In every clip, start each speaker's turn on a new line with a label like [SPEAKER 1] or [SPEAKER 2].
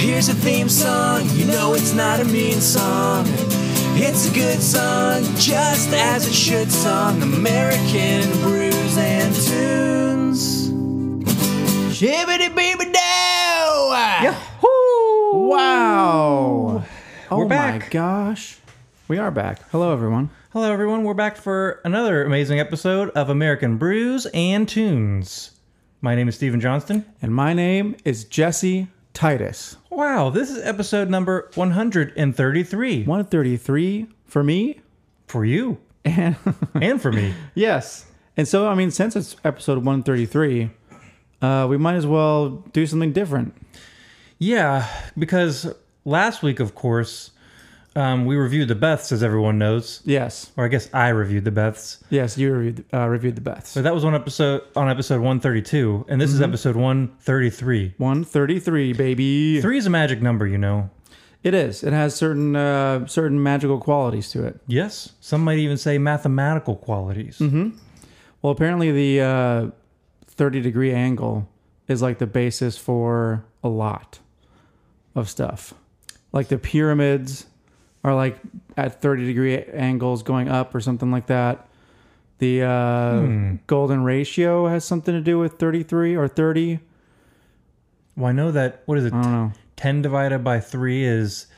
[SPEAKER 1] Here's a theme song, you know it's not a mean song. It's a good song, just as it should song. American brews and tunes. Shibbity beeby dow!
[SPEAKER 2] Wow.
[SPEAKER 3] We're
[SPEAKER 2] oh my
[SPEAKER 3] back.
[SPEAKER 2] gosh. We are back. Hello, everyone.
[SPEAKER 3] Hello, everyone. We're back for another amazing episode of American Brews and Tunes. My name is Stephen Johnston.
[SPEAKER 2] And my name is Jesse Titus.
[SPEAKER 3] Wow, this is episode number 133
[SPEAKER 2] 133 for me.
[SPEAKER 3] for you
[SPEAKER 2] And
[SPEAKER 3] and for me.
[SPEAKER 2] yes. And so, I mean, since it's episode 133, uh, we might as well do something different.
[SPEAKER 3] Yeah, because last week, of course, um, we reviewed the Beths, as everyone knows,
[SPEAKER 2] Yes.
[SPEAKER 3] or I guess I reviewed the Beths.
[SPEAKER 2] Yes, you reviewed, uh, reviewed the Beths.
[SPEAKER 3] So that was on episode on episode 132, and this is episode 133.
[SPEAKER 2] 133, baby.
[SPEAKER 3] Three is a magic number, you know.
[SPEAKER 2] It is. It has certain uh, certain magical qualities to it.
[SPEAKER 3] Yes, some might even say mathematical qualities.
[SPEAKER 2] Mm-hmm. Well, apparently the uh, 30 degree angle is like the basis for a lot of stuff. Like the pyramids are like at 30 degree angles going up or something like that. The uh,
[SPEAKER 3] Hmm.
[SPEAKER 2] golden ratio has something to do with 33 or 30.
[SPEAKER 3] Well, I know that what is it?
[SPEAKER 2] I don't know.
[SPEAKER 3] 10 divided by 3 is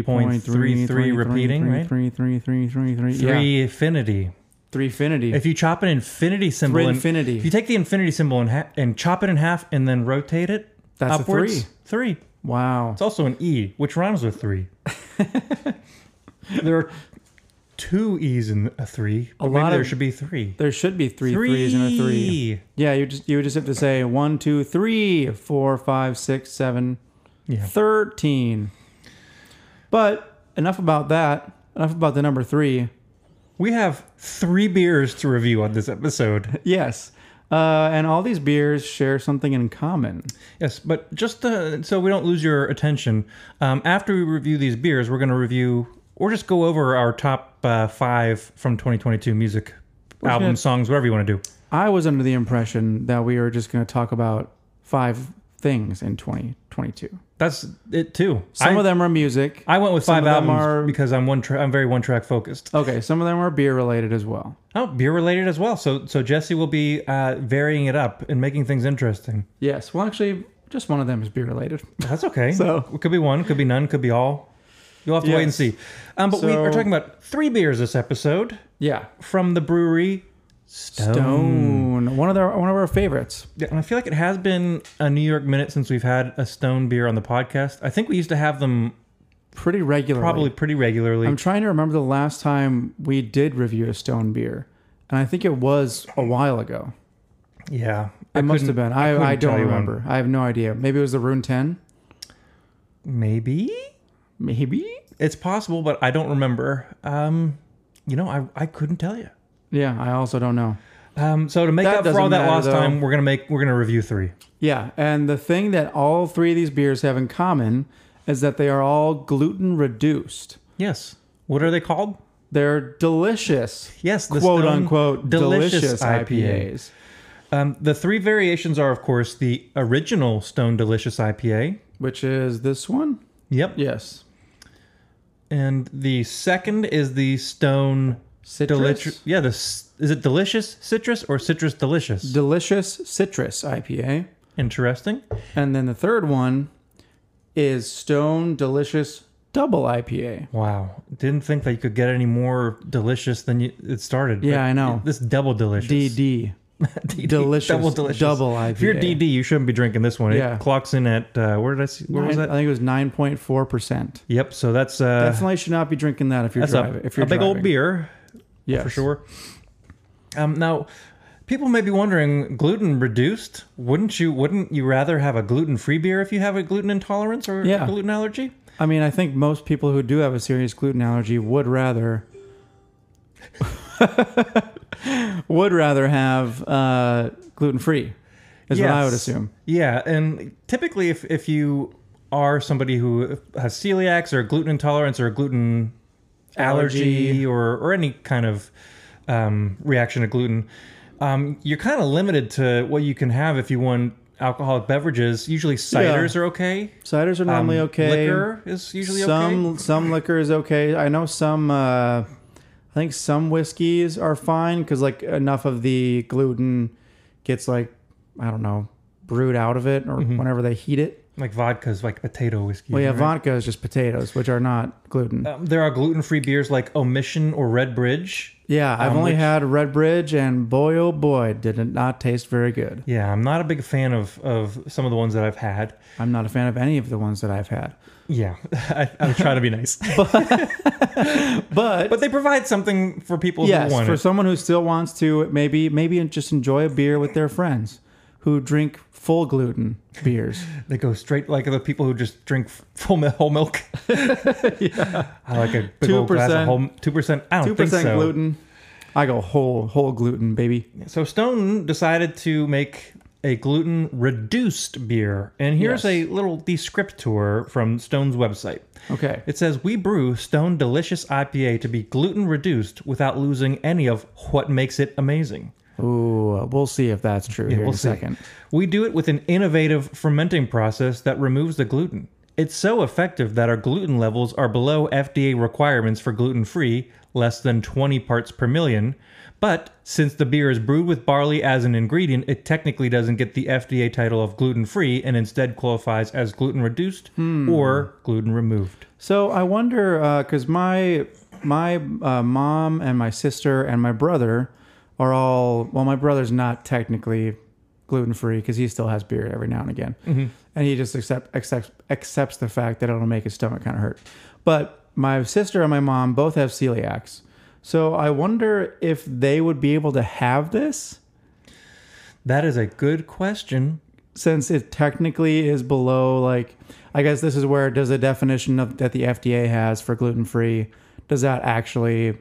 [SPEAKER 3] 3.33 repeating, right?
[SPEAKER 2] 3, 3, 3, 3, 3. Yeah.
[SPEAKER 3] Three infinity.
[SPEAKER 2] Three infinity.
[SPEAKER 3] If you chop an infinity symbol, in-
[SPEAKER 2] infinity.
[SPEAKER 3] if you take the infinity symbol and, ha- and chop it in half and then rotate it
[SPEAKER 2] That's a
[SPEAKER 3] upwards, three.
[SPEAKER 2] wow.
[SPEAKER 3] It's also an E, which rhymes with three. there are two E's in a three. But maybe
[SPEAKER 2] lot
[SPEAKER 3] there
[SPEAKER 2] of-
[SPEAKER 3] should be three.
[SPEAKER 2] There should be three threes and a three. Yeah, you just you would just have to say one, two, three, four, five, six, seven,
[SPEAKER 3] Yeah.
[SPEAKER 2] thirteen. But enough about that. Enough about the number three.
[SPEAKER 3] We have three beers to review on this episode.
[SPEAKER 2] Yes. Uh, and all these beers share something in common.
[SPEAKER 3] Yes, but just uh so we don't lose your attention, um, after we review these beers, we're going to review or just go over our top uh, five from 2022 music albums,
[SPEAKER 2] gonna-
[SPEAKER 3] songs, whatever you want to do.
[SPEAKER 2] I was under the impression that we were just going to talk about five things in 2022.
[SPEAKER 3] That's it too.
[SPEAKER 2] Some
[SPEAKER 3] I,
[SPEAKER 2] of them are music.
[SPEAKER 3] I went with
[SPEAKER 2] some
[SPEAKER 3] five
[SPEAKER 2] of them
[SPEAKER 3] albums
[SPEAKER 2] are-
[SPEAKER 3] because I'm one. Tra- I'm very one track focused.
[SPEAKER 2] okay, some of them are beer related as well.
[SPEAKER 3] Oh, beer related as well. So so Jesse will be uh, varying it up and making things interesting.
[SPEAKER 2] Yes. Well, actually, just one of them is beer related.
[SPEAKER 3] That's okay.
[SPEAKER 2] So-
[SPEAKER 3] it could be one, could be none, could be all. You'll have to wait and
[SPEAKER 2] Yes.
[SPEAKER 3] see. Um, but we are
[SPEAKER 2] So-
[SPEAKER 3] talking about three beers this episode
[SPEAKER 2] Yeah.
[SPEAKER 3] from the brewery Stone.
[SPEAKER 2] Stone. One of their one of our favorites.
[SPEAKER 3] Yeah, and I feel like it has been a New York minute since we've had a Stone beer on the podcast. I think we used to have them
[SPEAKER 2] Pretty regularly.
[SPEAKER 3] probably pretty regularly.
[SPEAKER 2] I'm trying to remember the last time we did review a stone beer, and I think it was a while ago.
[SPEAKER 3] yeah,
[SPEAKER 2] It must have
[SPEAKER 3] couldn't-
[SPEAKER 2] been. I,
[SPEAKER 3] couldn't
[SPEAKER 2] I,
[SPEAKER 3] tell
[SPEAKER 2] don't
[SPEAKER 3] you when.
[SPEAKER 2] remember. I have no idea. Maybe it was the Rune Ten.
[SPEAKER 3] Maybe
[SPEAKER 2] Maybe.
[SPEAKER 3] it's possible, but I don't remember. Um, you know, I I couldn't tell you.
[SPEAKER 2] Yeah, I also don't know.
[SPEAKER 3] Um, so to make
[SPEAKER 2] That
[SPEAKER 3] up for
[SPEAKER 2] doesn't
[SPEAKER 3] all that
[SPEAKER 2] matter,
[SPEAKER 3] lost
[SPEAKER 2] though.
[SPEAKER 3] time, we're gonna make we're gonna review three.
[SPEAKER 2] Yeah, and the thing that all three of these beers have in common is that they are all gluten reduced.
[SPEAKER 3] Yes. What are they called?
[SPEAKER 2] They're delicious.
[SPEAKER 3] Yes, the
[SPEAKER 2] quote
[SPEAKER 3] Stone
[SPEAKER 2] unquote delicious, IPAs.
[SPEAKER 3] Um, the three variations are, of course, the original Stone Delicious IPA.
[SPEAKER 2] Which is this one?
[SPEAKER 3] Yep.
[SPEAKER 2] Yes.
[SPEAKER 3] And the second is the Stone
[SPEAKER 2] Citrus?
[SPEAKER 3] Delicious. Yeah, the s- is it Delicious Citrus or Citrus Delicious?
[SPEAKER 2] Delicious citrus IPA.
[SPEAKER 3] Interesting.
[SPEAKER 2] And then the third one is Stone Delicious Double IPA.
[SPEAKER 3] Wow, didn't think that you could get any more delicious than you, it started.
[SPEAKER 2] Yeah,
[SPEAKER 3] but
[SPEAKER 2] I know.
[SPEAKER 3] This double delicious.
[SPEAKER 2] DD.
[SPEAKER 3] DD,
[SPEAKER 2] delicious double
[SPEAKER 3] If you're
[SPEAKER 2] IPA.
[SPEAKER 3] DD, you shouldn't be drinking this one.
[SPEAKER 2] Yeah.
[SPEAKER 3] It clocks in at uh, where did I see? Where was
[SPEAKER 2] I
[SPEAKER 3] that?
[SPEAKER 2] think it was 9.4%.
[SPEAKER 3] Yep. So that's uh,
[SPEAKER 2] Definitely should not be drinking that if you're
[SPEAKER 3] that's
[SPEAKER 2] driving.
[SPEAKER 3] a,
[SPEAKER 2] if you're
[SPEAKER 3] a big old
[SPEAKER 2] driving.
[SPEAKER 3] beer.
[SPEAKER 2] Yes.
[SPEAKER 3] for sure. Um, now, people may be wondering, gluten reduced. Wouldn't you? Wouldn't you rather have a gluten free beer if you have a gluten intolerance or
[SPEAKER 2] Yeah.
[SPEAKER 3] a gluten allergy?
[SPEAKER 2] I mean, I think most people who do have a serious gluten allergy would rather would rather have uh, gluten free, is what I would
[SPEAKER 3] Yes.
[SPEAKER 2] assume.
[SPEAKER 3] Yeah, and typically, if if you are somebody who has celiacs or gluten intolerance or gluten allergy,
[SPEAKER 2] Allergy.
[SPEAKER 3] or or any kind of um, reaction to gluten, um, you're kind of limited to what you can have if you want. alcoholic beverages, usually ciders are okay.
[SPEAKER 2] Ciders are normally
[SPEAKER 3] Um,
[SPEAKER 2] okay.
[SPEAKER 3] Liquor is usually
[SPEAKER 2] some
[SPEAKER 3] okay.
[SPEAKER 2] some liquor is okay. I know some. Uh, I think some whiskeys are fine because like enough of the gluten gets like I don't know brewed out of it or whenever they heat it.
[SPEAKER 3] Like vodka's like potato whiskey.
[SPEAKER 2] Well, yeah,
[SPEAKER 3] Mm-hmm. right?
[SPEAKER 2] vodka is just potatoes, which are not gluten.
[SPEAKER 3] Um, there are gluten-free beers like Omission or Red Bridge.
[SPEAKER 2] yeah, I've
[SPEAKER 3] um,
[SPEAKER 2] only
[SPEAKER 3] which-
[SPEAKER 2] had Red Bridge, and boy oh boy, did it not taste very good.
[SPEAKER 3] Yeah, I'm not a big fan of of some of the ones that I've had.
[SPEAKER 2] I'm not a fan of any of the ones that I've had,
[SPEAKER 3] Yeah, I, I'm trying to be nice,
[SPEAKER 2] but.
[SPEAKER 3] but they provide something for people
[SPEAKER 2] Yes,
[SPEAKER 3] who want
[SPEAKER 2] for
[SPEAKER 3] it.
[SPEAKER 2] someone who still wants to maybe maybe just enjoy a beer with their friends who drink full gluten beers.
[SPEAKER 3] They go straight like the people who just drink f- full mil- whole milk. I like a big old glass of
[SPEAKER 2] 2%.
[SPEAKER 3] whole two percent. I don't
[SPEAKER 2] Two
[SPEAKER 3] think
[SPEAKER 2] percent
[SPEAKER 3] so.
[SPEAKER 2] gluten. I go whole whole gluten, baby.
[SPEAKER 3] So Stone decided to make a gluten reduced beer, and here's
[SPEAKER 2] Yes.
[SPEAKER 3] a little descriptor from Stone's website.
[SPEAKER 2] Okay.
[SPEAKER 3] It says we brew Stone Delicious IPA to be gluten reduced without losing any of what makes it amazing.
[SPEAKER 2] Ooh, we'll see if that's true here
[SPEAKER 3] we'll
[SPEAKER 2] in a
[SPEAKER 3] see.
[SPEAKER 2] second.
[SPEAKER 3] We do it with an innovative fermenting process that removes the gluten. It's so effective that our gluten levels are below FDA requirements for gluten free, less than 20 parts per million. But since the beer is brewed with barley as an ingredient, it technically doesn't get the FDA title of gluten free and instead qualifies as gluten reduced or gluten removed.
[SPEAKER 2] So I wonder because my my uh, mom and my sister and my brother are all well. My brother's not technically gluten free because he still has beer every now and again,
[SPEAKER 3] Mm-hmm.
[SPEAKER 2] and he just accept, accepts accepts the fact that it'll make his stomach kind of hurt. But my sister and my mom both have celiacs, so I wonder if they would be able to have this
[SPEAKER 3] That is a good question.
[SPEAKER 2] since it technically is below like I guess this is where does the definition of that the FDA has for gluten free does that actually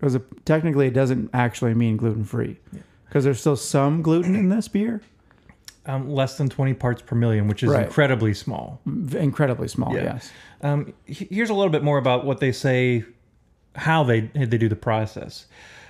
[SPEAKER 2] does it technically it doesn't actually mean gluten free because there's still some gluten in this beer
[SPEAKER 3] Um, less than 20 parts per million, which is
[SPEAKER 2] Right.
[SPEAKER 3] incredibly small.
[SPEAKER 2] V- incredibly small
[SPEAKER 3] Yeah.
[SPEAKER 2] yes
[SPEAKER 3] Um, he- here's a little bit more about what they say, how they they do the process.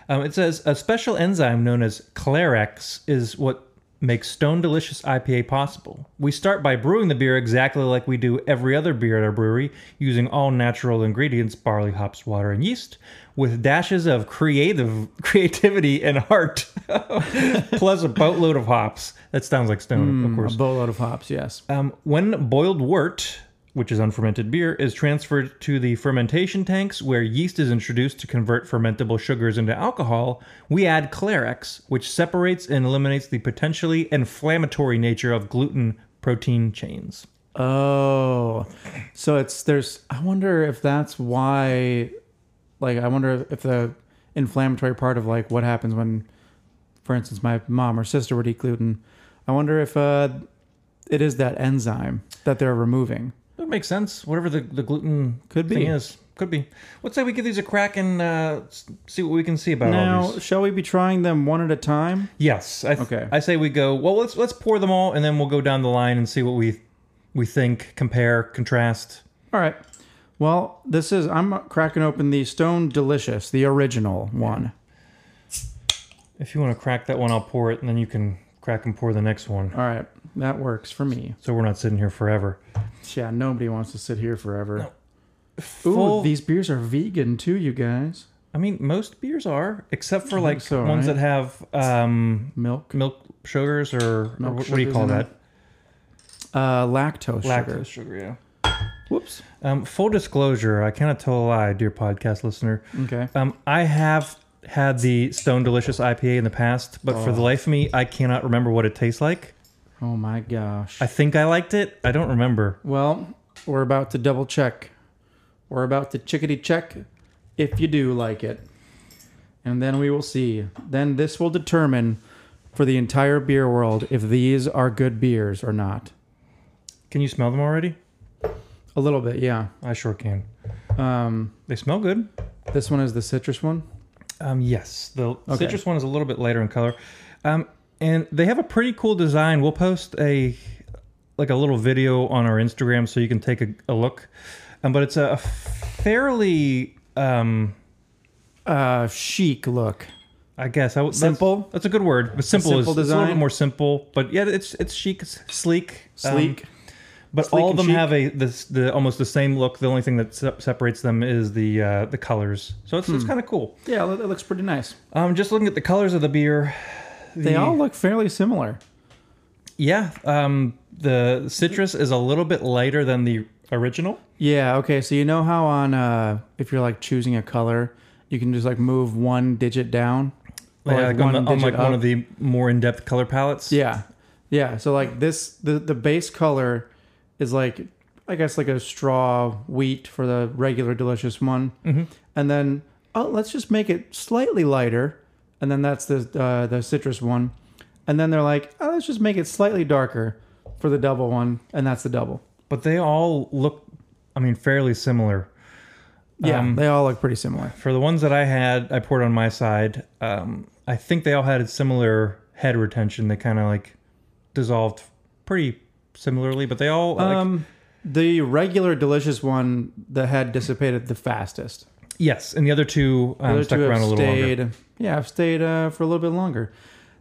[SPEAKER 3] Um, it says a special enzyme known as Clarex is what makes Stone Delicious IPA possible. We start by brewing the beer exactly like we do every other beer at our brewery, using all natural ingredients: barley, hops, water, and yeast, with dashes of creative creativity and heart, plus a boatload of hops. That sounds like Stone, of course.
[SPEAKER 2] a boatload of hops yes
[SPEAKER 3] Um, when boiled wort, which is unfermented beer, is transferred to the fermentation tanks where yeast is introduced to convert fermentable sugars into alcohol, we add Clarex, which separates and eliminates the potentially inflammatory nature of gluten protein chains.
[SPEAKER 2] oh so it's there's I wonder if that's why like I wonder if the inflammatory part of like what happens when, for instance, my mom or sister would eat gluten. I wonder if uh, it is that enzyme that they're removing.
[SPEAKER 3] That makes sense. Whatever the, the gluten
[SPEAKER 2] Could
[SPEAKER 3] thing
[SPEAKER 2] be.
[SPEAKER 3] is, could be. Let's say we give these a crack and uh, s- see what we can see about all
[SPEAKER 2] Now,
[SPEAKER 3] these.
[SPEAKER 2] shall we be trying them one at a time?
[SPEAKER 3] Yes. I th-
[SPEAKER 2] Okay.
[SPEAKER 3] I say we go. Well, let's let's pour them all and then we'll go down the line and see what we we think, compare, contrast.
[SPEAKER 2] All right. Well, this is I'm cracking open the Stone Delicious, the original one.
[SPEAKER 3] If you want to crack that one, I'll pour it, and then you can crack and pour the next one.
[SPEAKER 2] All right, that works for me.
[SPEAKER 3] So we're not sitting here forever.
[SPEAKER 2] Yeah, nobody wants to sit here forever.
[SPEAKER 3] Full-
[SPEAKER 2] Ooh, these beers are vegan too, you guys.
[SPEAKER 3] I mean, most beers are, except for like
[SPEAKER 2] so,
[SPEAKER 3] ones
[SPEAKER 2] right?
[SPEAKER 3] that have um,
[SPEAKER 2] Milk,
[SPEAKER 3] milk sugars or, or
[SPEAKER 2] Milk
[SPEAKER 3] what do you
[SPEAKER 2] sugars
[SPEAKER 3] call
[SPEAKER 2] in
[SPEAKER 3] that?
[SPEAKER 2] uh, lactose, sugar.
[SPEAKER 3] Lactose sugar. Yeah.
[SPEAKER 2] Whoops.
[SPEAKER 3] Um, full disclosure, I cannot tell a lie, dear podcast listener.
[SPEAKER 2] Okay.
[SPEAKER 3] Um, I have had the Stone Delicious IPA in the past, but for the life of me, I cannot remember what it tastes like.
[SPEAKER 2] Oh my gosh.
[SPEAKER 3] I think I liked it. I don't remember.
[SPEAKER 2] well, we're about to double check. We're about to chickadee check if you do like it. And then we will see. Then this will determine for the entire beer world if these are good beers or not.
[SPEAKER 3] Can you smell them already?
[SPEAKER 2] A little bit, yeah.
[SPEAKER 3] I sure can.
[SPEAKER 2] Um,
[SPEAKER 3] They smell good.
[SPEAKER 2] this one is the citrus one.
[SPEAKER 3] Um, yes, the
[SPEAKER 2] Okay.
[SPEAKER 3] citrus one is a little bit lighter in color, um, and they have a pretty cool design. We'll post a like a little video on our Instagram so you can take a, a look. Um, but it's a fairly um,
[SPEAKER 2] Uh, chic look.
[SPEAKER 3] I guess I would that's-
[SPEAKER 2] Simple?
[SPEAKER 3] That's, a good word. But simple,
[SPEAKER 2] simple
[SPEAKER 3] is it's a little
[SPEAKER 2] design?
[SPEAKER 3] bit more simple. But yeah, it's it's chic, it's sleek, um,
[SPEAKER 2] Sleek.
[SPEAKER 3] but
[SPEAKER 2] sleek
[SPEAKER 3] all
[SPEAKER 2] and
[SPEAKER 3] of them
[SPEAKER 2] chic.
[SPEAKER 3] have a this the almost the same look. The only thing that se- separates them is the uh, the colors. So it's, it's
[SPEAKER 2] Hmm.
[SPEAKER 3] kind of cool.
[SPEAKER 2] yeah, that that looks pretty nice.
[SPEAKER 3] Um, just looking at the colors of the beer,
[SPEAKER 2] They
[SPEAKER 3] the-
[SPEAKER 2] all look fairly similar.
[SPEAKER 3] yeah. Um, the citrus is a little bit lighter than the original.
[SPEAKER 2] Yeah, okay. So you know how on uh if you're like choosing a color, you can just like move one digit down. or,
[SPEAKER 3] Yeah, like on, the, on
[SPEAKER 2] digit
[SPEAKER 3] like
[SPEAKER 2] up?
[SPEAKER 3] one of the more in depth color palettes.
[SPEAKER 2] Yeah. Yeah. So like this the, the base color is like I guess like a straw wheat for the regular delicious one. Mm-hmm. And then oh let's just make it slightly lighter. And then that's the uh, the citrus one. And then they're like, oh let's just make it slightly darker for the double one, and that's the double.
[SPEAKER 3] but they all look, I mean, fairly similar.
[SPEAKER 2] Yeah,
[SPEAKER 3] Um,
[SPEAKER 2] they all look pretty similar.
[SPEAKER 3] For the ones that I had, I poured on my side. Um, I think they all had a similar head retention. They kind of like dissolved pretty similarly, but they all like,
[SPEAKER 2] Um, the regular delicious one, the head dissipated the fastest.
[SPEAKER 3] yes, and the other two um,
[SPEAKER 2] The other
[SPEAKER 3] stuck
[SPEAKER 2] two
[SPEAKER 3] around
[SPEAKER 2] have
[SPEAKER 3] a little
[SPEAKER 2] stayed.
[SPEAKER 3] longer.
[SPEAKER 2] Yeah, have stayed uh, for a little bit longer.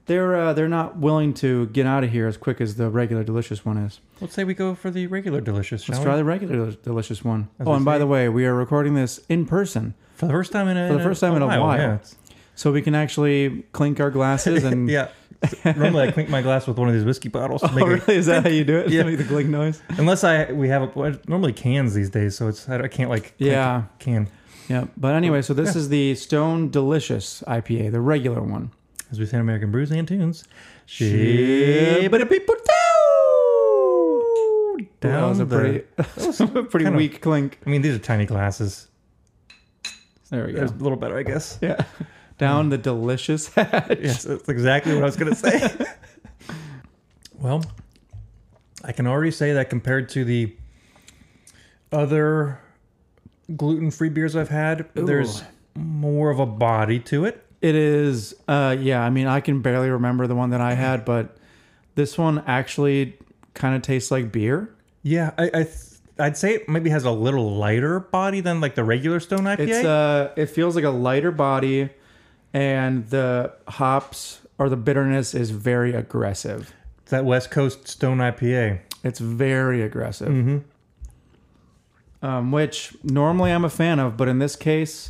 [SPEAKER 2] They're uh, they're not willing to get out of here as quick as the regular delicious one is.
[SPEAKER 3] Let's say we go for the regular delicious. Shall
[SPEAKER 2] Let's
[SPEAKER 3] we?
[SPEAKER 2] try the regular delicious one.
[SPEAKER 3] As
[SPEAKER 2] oh,
[SPEAKER 3] I
[SPEAKER 2] and by
[SPEAKER 3] say-
[SPEAKER 2] the way, we are recording this in person,
[SPEAKER 3] for the first time in a,
[SPEAKER 2] For the
[SPEAKER 3] in a-
[SPEAKER 2] first time in a while.
[SPEAKER 3] Yeah, it's-
[SPEAKER 2] so we can actually clink our glasses and.
[SPEAKER 3] yeah. Normally I clink my glass with one of these whiskey bottles to
[SPEAKER 2] Oh,
[SPEAKER 3] make it-
[SPEAKER 2] really? Is that how you do it?
[SPEAKER 3] Yeah.
[SPEAKER 2] Make the clink noise.
[SPEAKER 3] unless I we have a, normally cans these days, so it's I I can't like clink
[SPEAKER 2] Yeah.
[SPEAKER 3] a can
[SPEAKER 2] Yeah. But anyway, so this is the Stone Delicious IPA, the regular one.
[SPEAKER 3] as we say in American brews and tunes.
[SPEAKER 2] Shib-
[SPEAKER 3] Down
[SPEAKER 2] that was a
[SPEAKER 3] the-
[SPEAKER 2] pretty, a pretty
[SPEAKER 3] kinda-
[SPEAKER 2] weak clink.
[SPEAKER 3] I mean, these are tiny glasses.
[SPEAKER 2] There we go.
[SPEAKER 3] It's a little better, I guess.
[SPEAKER 2] Yeah. Down the delicious hatch.
[SPEAKER 3] Yes, that's exactly what I was going to say. well, I can already say that compared to the other gluten-free beers I've had, there's more of a body to it.
[SPEAKER 2] It is, uh, yeah, I mean, I can barely remember the one that I had, but this one actually kind of tastes like beer.
[SPEAKER 3] Yeah, I, I th- I'd say it maybe has a little lighter body than like the regular Stone IPA.
[SPEAKER 2] It's uh, It feels like a lighter body, and the hops or the bitterness is very aggressive.
[SPEAKER 3] It's that West Coast Stone IPA.
[SPEAKER 2] It's very aggressive. Um, which normally I'm a fan of, but in this case,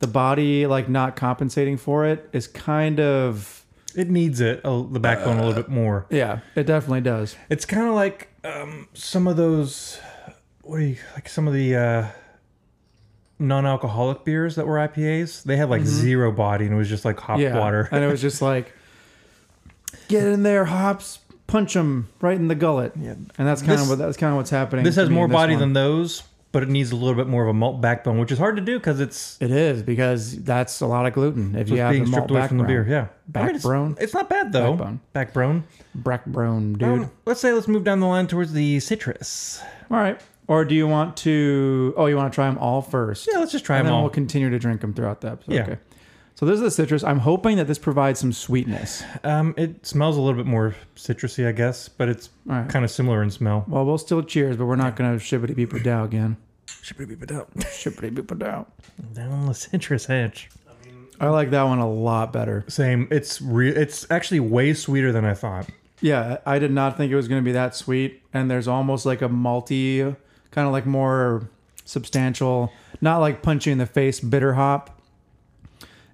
[SPEAKER 2] the body like not compensating for it is kind of
[SPEAKER 3] It needs it a, the backbone a little bit more.
[SPEAKER 2] yeah, it definitely does.
[SPEAKER 3] It's kind of like um, some of those, what do you like? Some of the uh, non-alcoholic beers that were IPAs. They had like zero body and it was just like hop
[SPEAKER 2] Mm-hmm. Yeah,
[SPEAKER 3] water.
[SPEAKER 2] and it was just like get in there, hops, punch them right in the gullet.
[SPEAKER 3] Yeah.
[SPEAKER 2] And that's kind
[SPEAKER 3] This-
[SPEAKER 2] of what that's kind of what's happening.
[SPEAKER 3] This
[SPEAKER 2] to
[SPEAKER 3] has
[SPEAKER 2] me in
[SPEAKER 3] more body
[SPEAKER 2] one.
[SPEAKER 3] than those, but it needs a little bit more of a malt backbone, which is hard to do because it's,
[SPEAKER 2] it is because that's a lot of gluten. If
[SPEAKER 3] it's
[SPEAKER 2] you have
[SPEAKER 3] being
[SPEAKER 2] the malt
[SPEAKER 3] stripped away from the beer.
[SPEAKER 2] background.
[SPEAKER 3] Yeah, I mean, it's-
[SPEAKER 2] Backbone?
[SPEAKER 3] It's, not bad though.
[SPEAKER 2] Backbone.
[SPEAKER 3] Backbone.
[SPEAKER 2] Brackbone, dude.
[SPEAKER 3] Um, let's say let's move down the line towards the citrus.
[SPEAKER 2] Oh, All right. Or do you want to? Oh, you want to try them all first?
[SPEAKER 3] Yeah, let's just try
[SPEAKER 2] and
[SPEAKER 3] them
[SPEAKER 2] then
[SPEAKER 3] all.
[SPEAKER 2] we'll continue to drink them throughout the episode.
[SPEAKER 3] Yeah.
[SPEAKER 2] Okay. So this is the citrus. I'm hoping that this provides some sweetness.
[SPEAKER 3] Um, it smells a little bit more citrusy, I guess, but it's
[SPEAKER 2] All right.
[SPEAKER 3] kind of similar in smell.
[SPEAKER 2] Well, we'll still cheers, but we're not going to shibbity beep dow again. Shibbity beep dow.
[SPEAKER 3] Down the citrus edge.
[SPEAKER 2] I like that one a lot better.
[SPEAKER 3] Same. It's re- It's actually way sweeter than I thought.
[SPEAKER 2] Yeah, I did not think it was going to be that sweet. And there's almost like a malty, kind of like more substantial, not like punchy in the face bitter hop.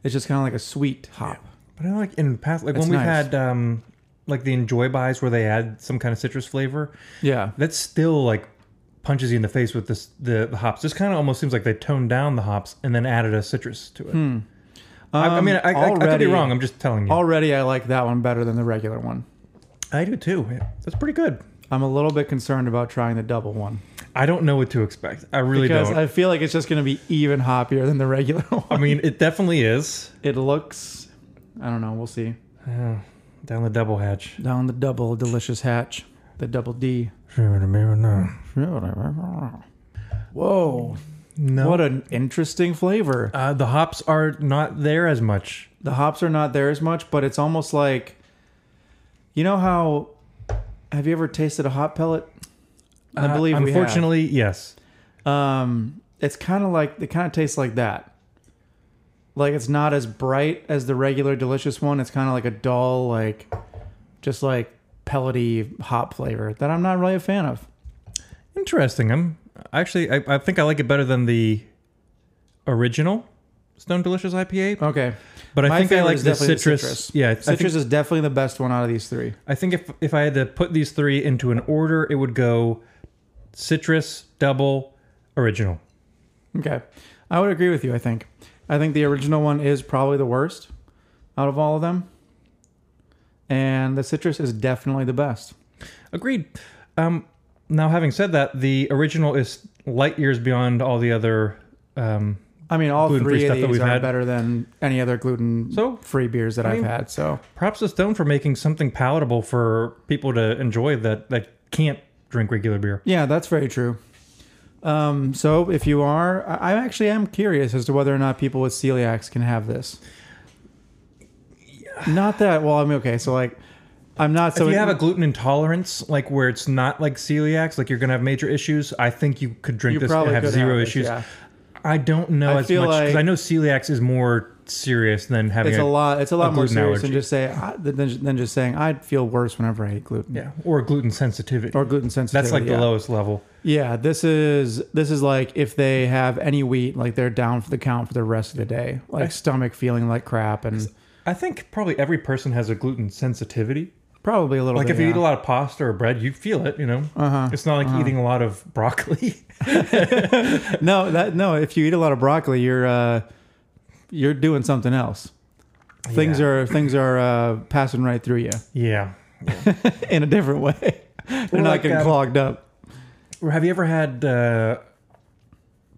[SPEAKER 2] It's just kind of like a sweet hop.
[SPEAKER 3] But I like in the past, like
[SPEAKER 2] It's
[SPEAKER 3] when we
[SPEAKER 2] nice.
[SPEAKER 3] had um, like the enjoy buys where they add some kind of citrus flavor.
[SPEAKER 2] Yeah.
[SPEAKER 3] That's still like punches you in the face with this the, the hops. This kind of almost seems like they toned down the hops and then added a citrus to it. I, I mean, I, I, I could be
[SPEAKER 2] already-
[SPEAKER 3] wrong. I'm just telling you.
[SPEAKER 2] Already, I like that one better than the regular one.
[SPEAKER 3] I do too. Yeah, That's pretty good.
[SPEAKER 2] I'm a little bit concerned about trying the double one
[SPEAKER 3] I don't know what to expect. I really
[SPEAKER 2] because
[SPEAKER 3] don't.
[SPEAKER 2] I feel like it's just going to be even hoppier than the regular
[SPEAKER 3] I
[SPEAKER 2] one.
[SPEAKER 3] mean, it definitely is.
[SPEAKER 2] It looks, I don't know, we'll see.
[SPEAKER 3] Down the double hatch.
[SPEAKER 2] Down the double delicious hatch, the double D.
[SPEAKER 3] No.
[SPEAKER 2] Whoa! What
[SPEAKER 3] What
[SPEAKER 2] an interesting flavor.
[SPEAKER 3] uh, the hops are not there as much.
[SPEAKER 2] The hops are not there as much, but it's almost like, you know how, have you ever tasted a hot pellet? I
[SPEAKER 3] Uh,
[SPEAKER 2] believe we have.
[SPEAKER 3] Unfortunately, yes.
[SPEAKER 2] um, it's kind of like it kind of tastes like that, Like it's not as bright as the regular delicious one. It's kind of like a dull, like just like pellety hop flavor that I'm not really a fan of.
[SPEAKER 3] Interesting. I'm actually I, I think I like it better than the original Stone Delicious IPA.
[SPEAKER 2] Okay,
[SPEAKER 3] But I
[SPEAKER 2] Uh, My
[SPEAKER 3] think I
[SPEAKER 2] favorite
[SPEAKER 3] like
[SPEAKER 2] is
[SPEAKER 3] the
[SPEAKER 2] definitely the
[SPEAKER 3] citrus.
[SPEAKER 2] citrus.
[SPEAKER 3] Yeah, I think-
[SPEAKER 2] citrus is definitely the best one out of these three.
[SPEAKER 3] I think if if I had to put these three into an order, it would go citrus, double, original.
[SPEAKER 2] Okay, I would agree with you. I think, I think the original one is probably the worst out of all of them, and the citrus is definitely the best.
[SPEAKER 3] Agreed. Um, now, having said that, the original is light years beyond all the other. Um,
[SPEAKER 2] I mean, all
[SPEAKER 3] Gluten-free
[SPEAKER 2] three of
[SPEAKER 3] stuff that
[SPEAKER 2] these
[SPEAKER 3] we've
[SPEAKER 2] are
[SPEAKER 3] had.
[SPEAKER 2] better than any other gluten
[SPEAKER 3] So,
[SPEAKER 2] free beers that
[SPEAKER 3] I
[SPEAKER 2] I
[SPEAKER 3] mean-
[SPEAKER 2] have had. So
[SPEAKER 3] props to Stone for making something palatable for people to enjoy that that can't drink regular beer.
[SPEAKER 2] yeah, that's very true. Um, so if you are, I I actually am curious as to whether or not people with celiacs can have this. Not that well. I mean, okay. So like, I'm not. So
[SPEAKER 3] if you have a gluten intolerance, like where it's not like celiacs, like you're gonna have major issues, I think you could drink
[SPEAKER 2] You
[SPEAKER 3] this and
[SPEAKER 2] probably
[SPEAKER 3] have
[SPEAKER 2] could
[SPEAKER 3] zero
[SPEAKER 2] have it,
[SPEAKER 3] issues.
[SPEAKER 2] yeah.
[SPEAKER 3] I don't know
[SPEAKER 2] I
[SPEAKER 3] as
[SPEAKER 2] feel
[SPEAKER 3] much because
[SPEAKER 2] like-
[SPEAKER 3] I know celiacs is more serious than having
[SPEAKER 2] it's a lot. It's a lot more
[SPEAKER 3] gluten
[SPEAKER 2] serious
[SPEAKER 3] allergy.
[SPEAKER 2] than just say I, than, than just saying I feel worse whenever I eat gluten.
[SPEAKER 3] yeah, or gluten sensitivity.
[SPEAKER 2] Or gluten sensitivity.
[SPEAKER 3] That's like the
[SPEAKER 2] yeah.
[SPEAKER 3] lowest level.
[SPEAKER 2] Yeah, this is this is like if they have any wheat, like they're down for the count for the rest of the day. Like stomach feeling like crap and
[SPEAKER 3] I think probably every person has a gluten sensitivity.
[SPEAKER 2] probably a little.
[SPEAKER 3] Like
[SPEAKER 2] bit,
[SPEAKER 3] if you
[SPEAKER 2] yeah.
[SPEAKER 3] eat a lot of pasta or bread, you feel it. You know, uh-huh, it's not like eating a lot of broccoli.
[SPEAKER 2] no, that no. If you eat a lot of broccoli, you're uh, you're doing something else. Things
[SPEAKER 3] Yeah.
[SPEAKER 2] are things are uh, passing right through you
[SPEAKER 3] yeah.
[SPEAKER 2] in a different way. They're
[SPEAKER 3] Well,
[SPEAKER 2] not
[SPEAKER 3] like,
[SPEAKER 2] getting
[SPEAKER 3] um,
[SPEAKER 2] clogged up.
[SPEAKER 3] Or Have you ever had uh,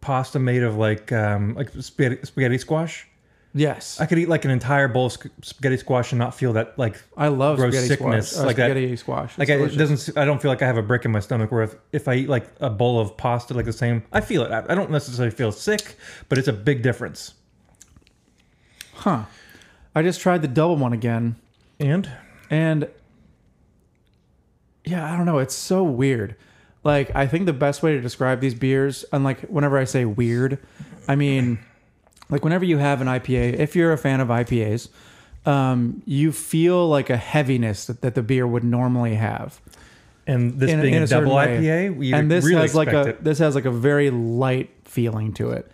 [SPEAKER 3] pasta made of like um, like spaghetti, spaghetti squash?
[SPEAKER 2] Yes,
[SPEAKER 3] I could eat like an entire bowl of sc- spaghetti squash and not feel that like
[SPEAKER 2] I, love
[SPEAKER 3] gross
[SPEAKER 2] spaghetti
[SPEAKER 3] sickness,
[SPEAKER 2] squash. Uh,
[SPEAKER 3] like that-
[SPEAKER 2] spaghetti squash. It's
[SPEAKER 3] like I, it
[SPEAKER 2] delicious.
[SPEAKER 3] doesn't. s- I don't feel like I have a brick in my stomach. Where if, if I eat like a bowl of pasta, like the same, I feel it. I, I don't necessarily feel sick, but it's a big difference.
[SPEAKER 2] huh? I just tried the double one again.
[SPEAKER 3] And
[SPEAKER 2] And yeah, I don't know. It's so weird. Like, I think the best way to describe these beers, and like whenever I say weird, I mean, like whenever you have an IPA, if you're a fan of IPAs, um, you feel like a heaviness that, that the beer would normally have.
[SPEAKER 3] and this being a,
[SPEAKER 2] certain
[SPEAKER 3] double
[SPEAKER 2] way.
[SPEAKER 3] IPA, we
[SPEAKER 2] and this
[SPEAKER 3] really
[SPEAKER 2] has like a
[SPEAKER 3] expect it.
[SPEAKER 2] this has like a very light feeling to it.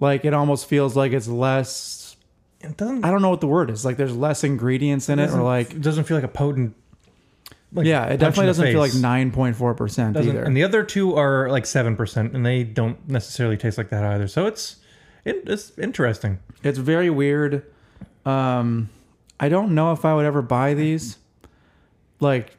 [SPEAKER 2] Like it almost feels like it's less.
[SPEAKER 3] it doesn't.
[SPEAKER 2] I don't know what the word is. Like there's less ingredients in it, or
[SPEAKER 3] doesn't-
[SPEAKER 2] like
[SPEAKER 3] it doesn't feel like a potent. Like
[SPEAKER 2] yeah,
[SPEAKER 3] punch
[SPEAKER 2] it
[SPEAKER 3] in
[SPEAKER 2] definitely
[SPEAKER 3] the
[SPEAKER 2] doesn't feel like
[SPEAKER 3] face.
[SPEAKER 2] nine point four percent
[SPEAKER 3] Doesn't-
[SPEAKER 2] either.
[SPEAKER 3] And the other two are like seven percent, and they don't necessarily taste like that either. So it's it, it's interesting.
[SPEAKER 2] it's very weird. Um, I don't know if I would ever buy these, like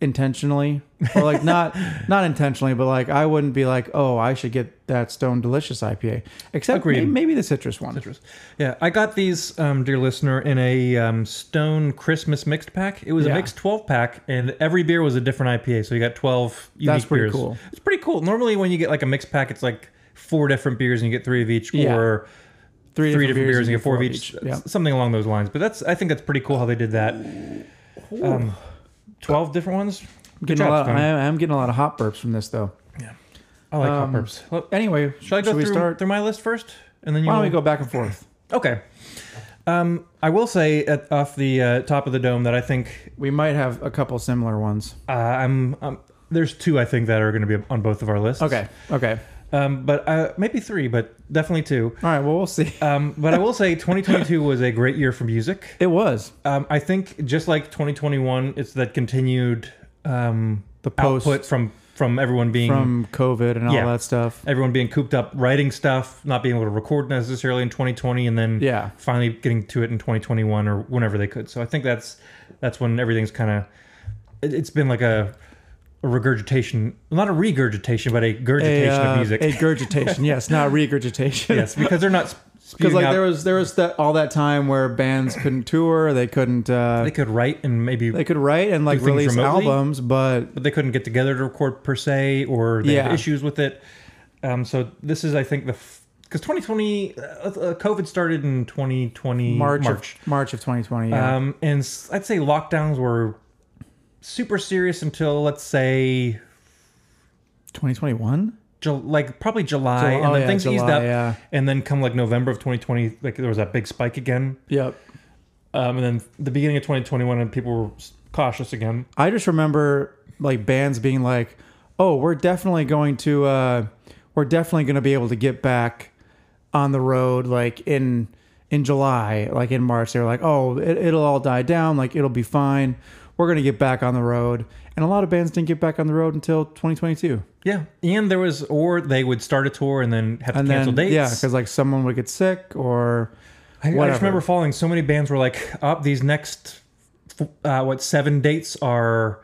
[SPEAKER 2] intentionally or like not not intentionally, but like I wouldn't be like, oh, I should get that Stone Delicious IPA. Except
[SPEAKER 3] Agreed.
[SPEAKER 2] maybe, maybe the citrus one.
[SPEAKER 3] Citrus. Yeah, I got these, um, dear listener, in a um, Stone Christmas mixed pack. It was a
[SPEAKER 2] Yeah.
[SPEAKER 3] mixed 12 pack, and every beer was a different IPA. So you got 12 unique
[SPEAKER 2] That's pretty
[SPEAKER 3] beers.
[SPEAKER 2] cool.
[SPEAKER 3] It's pretty cool. Normally, when you get like a mixed pack, it's like four different beers and you get three of each,
[SPEAKER 2] Yeah.
[SPEAKER 3] or
[SPEAKER 2] Three,
[SPEAKER 3] three different, beers and you get four of each.
[SPEAKER 2] Yeah.
[SPEAKER 3] Something along those lines. But that's I think that's pretty cool how they did that. Um, 12 different ones? Good
[SPEAKER 2] Getting a
[SPEAKER 3] job,
[SPEAKER 2] lot,
[SPEAKER 3] Stone.
[SPEAKER 2] I am I am getting a lot of hot burps from this though.
[SPEAKER 3] I like hot
[SPEAKER 2] um,
[SPEAKER 3] burps. Well,
[SPEAKER 2] Anyway,
[SPEAKER 3] Should I go
[SPEAKER 2] we
[SPEAKER 3] through,
[SPEAKER 2] start?
[SPEAKER 3] through my list first? And then you
[SPEAKER 2] Why don't
[SPEAKER 3] will-
[SPEAKER 2] we go back and forth?
[SPEAKER 3] Okay. Um, I will say at, off the uh, top of the dome that I think
[SPEAKER 2] We might have a couple similar ones.
[SPEAKER 3] uh, I'm, i there's two I think that are going to be on both of our lists.
[SPEAKER 2] Okay. Okay.
[SPEAKER 3] Um, but uh, maybe three, but definitely two.
[SPEAKER 2] All right. Well, we'll see.
[SPEAKER 3] Um, but I will say 2022 was a great year for music.
[SPEAKER 2] It was.
[SPEAKER 3] Um, I think just like 2021, it's that continued um,
[SPEAKER 2] The post-
[SPEAKER 3] output from from everyone being
[SPEAKER 2] from COVID and all
[SPEAKER 3] Yeah.
[SPEAKER 2] that stuff.
[SPEAKER 3] everyone being cooped up, writing stuff, not being able to record necessarily in 2020, and then
[SPEAKER 2] Yeah.
[SPEAKER 3] finally getting to it in 2021 or whenever they could. So I think that's that's when everything's kind of it, it's been like a, a regurgitation, not a regurgitation, but a
[SPEAKER 2] A,
[SPEAKER 3] gurgitation
[SPEAKER 2] uh,
[SPEAKER 3] of music.
[SPEAKER 2] a gurgitation, yes, not regurgitation.
[SPEAKER 3] yes, because they're not
[SPEAKER 2] because
[SPEAKER 3] because
[SPEAKER 2] like there was there was that all that time where bands couldn't tour, they couldn't uh,
[SPEAKER 3] they could write and maybe.
[SPEAKER 2] they could write and like
[SPEAKER 3] do things
[SPEAKER 2] release
[SPEAKER 3] remotely.
[SPEAKER 2] albums, but
[SPEAKER 3] but they couldn't get together to record per se, or they had
[SPEAKER 2] Yeah.
[SPEAKER 3] issues with it. Um, so this is, I think, the because 2020 uh, uh, COVID started in 2020
[SPEAKER 2] March
[SPEAKER 3] March.
[SPEAKER 2] March of, March of 2020. Yeah.
[SPEAKER 3] Um, and s- I'd say lockdowns were super serious until let's say
[SPEAKER 2] 2021.
[SPEAKER 3] Ju- like probably July,
[SPEAKER 2] Jul-
[SPEAKER 3] and
[SPEAKER 2] oh,
[SPEAKER 3] then
[SPEAKER 2] yeah,
[SPEAKER 3] things eased
[SPEAKER 2] July,
[SPEAKER 3] up,
[SPEAKER 2] yeah.
[SPEAKER 3] and then come like November of 2020, like there was that big spike again,
[SPEAKER 2] Yep.
[SPEAKER 3] um, and then the beginning of 2021, and people were s- cautious again.
[SPEAKER 2] I just remember like bands being like, "Oh, we're definitely going to, uh, we're definitely going to be able to get back on the road like in in July, like in March." They were like, "Oh, it, it'll all die down. Like it'll be fine. We're going to get back on the road." And a lot of bands didn't get back on the road until 2022,
[SPEAKER 3] Yeah, and there was, or they would start a tour and then have to
[SPEAKER 2] and
[SPEAKER 3] cancel
[SPEAKER 2] then
[SPEAKER 3] dates.
[SPEAKER 2] yeah, because like someone would get sick or
[SPEAKER 3] I, I
[SPEAKER 2] Whatever.
[SPEAKER 3] just remember following so many bands were like, up these next, f- uh, what seven dates are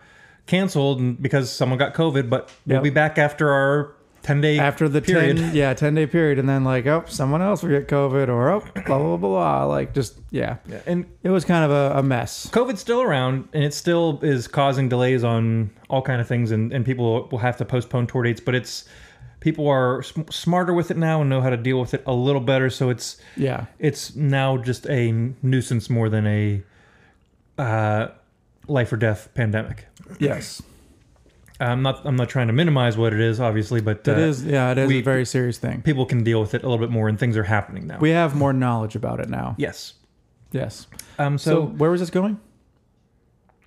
[SPEAKER 3] canceled and because someone got COVID, but we'll
[SPEAKER 2] Yep.
[SPEAKER 3] be back after our ten day
[SPEAKER 2] after the
[SPEAKER 3] period.
[SPEAKER 2] ten yeah ten day period, and then like oh someone else will get COVID or oh blah blah blah like just yeah.
[SPEAKER 3] Yeah, and
[SPEAKER 2] It was kind of a, a mess.
[SPEAKER 3] COVID's still around, and it still is causing delays on all kind of things, and, and people will have to postpone tour dates. But it's people are sm- smarter with it now and know how to deal with it a little better. So it's
[SPEAKER 2] Yeah.
[SPEAKER 3] it's now just a nuisance more than a uh, life or death pandemic.
[SPEAKER 2] Yes,
[SPEAKER 3] I'm not I'm not trying to minimize what it is, obviously, but uh,
[SPEAKER 2] it is. Yeah, it is
[SPEAKER 3] we-
[SPEAKER 2] a very serious thing.
[SPEAKER 3] People can deal with it a little bit more, and things are happening now.
[SPEAKER 2] We have more knowledge about it now.
[SPEAKER 3] yes.
[SPEAKER 2] Yes.
[SPEAKER 3] Um. So,
[SPEAKER 2] So, where was this going?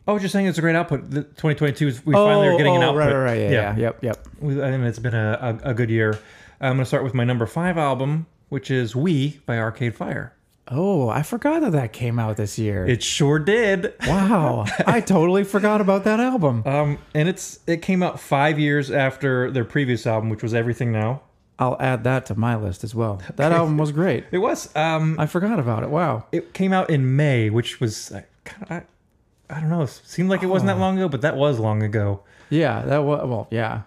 [SPEAKER 3] I was just saying it's a great output. The 2022 is we finally are getting an output.
[SPEAKER 2] Oh, Right, right, right. Yeah, yeah. Yep, yep.
[SPEAKER 3] We, I think it's been a, a, a good year. I'm going to start with my number five album, which is We by Arcade Fire.
[SPEAKER 2] Oh, I forgot that that came out this year.
[SPEAKER 3] It sure did.
[SPEAKER 2] wow, I totally forgot about that album.
[SPEAKER 3] Um, and it's it came out five years after their previous album, which was Everything Now.
[SPEAKER 2] I'll add that to my list as well. That album was great.
[SPEAKER 3] It was. Um,
[SPEAKER 2] I forgot about it. Wow.
[SPEAKER 3] it came out in May, which was uh, kind of. I, I don't know. It seemed like it wasn't that long ago, but that was long ago.
[SPEAKER 2] Yeah, that was well. Yeah,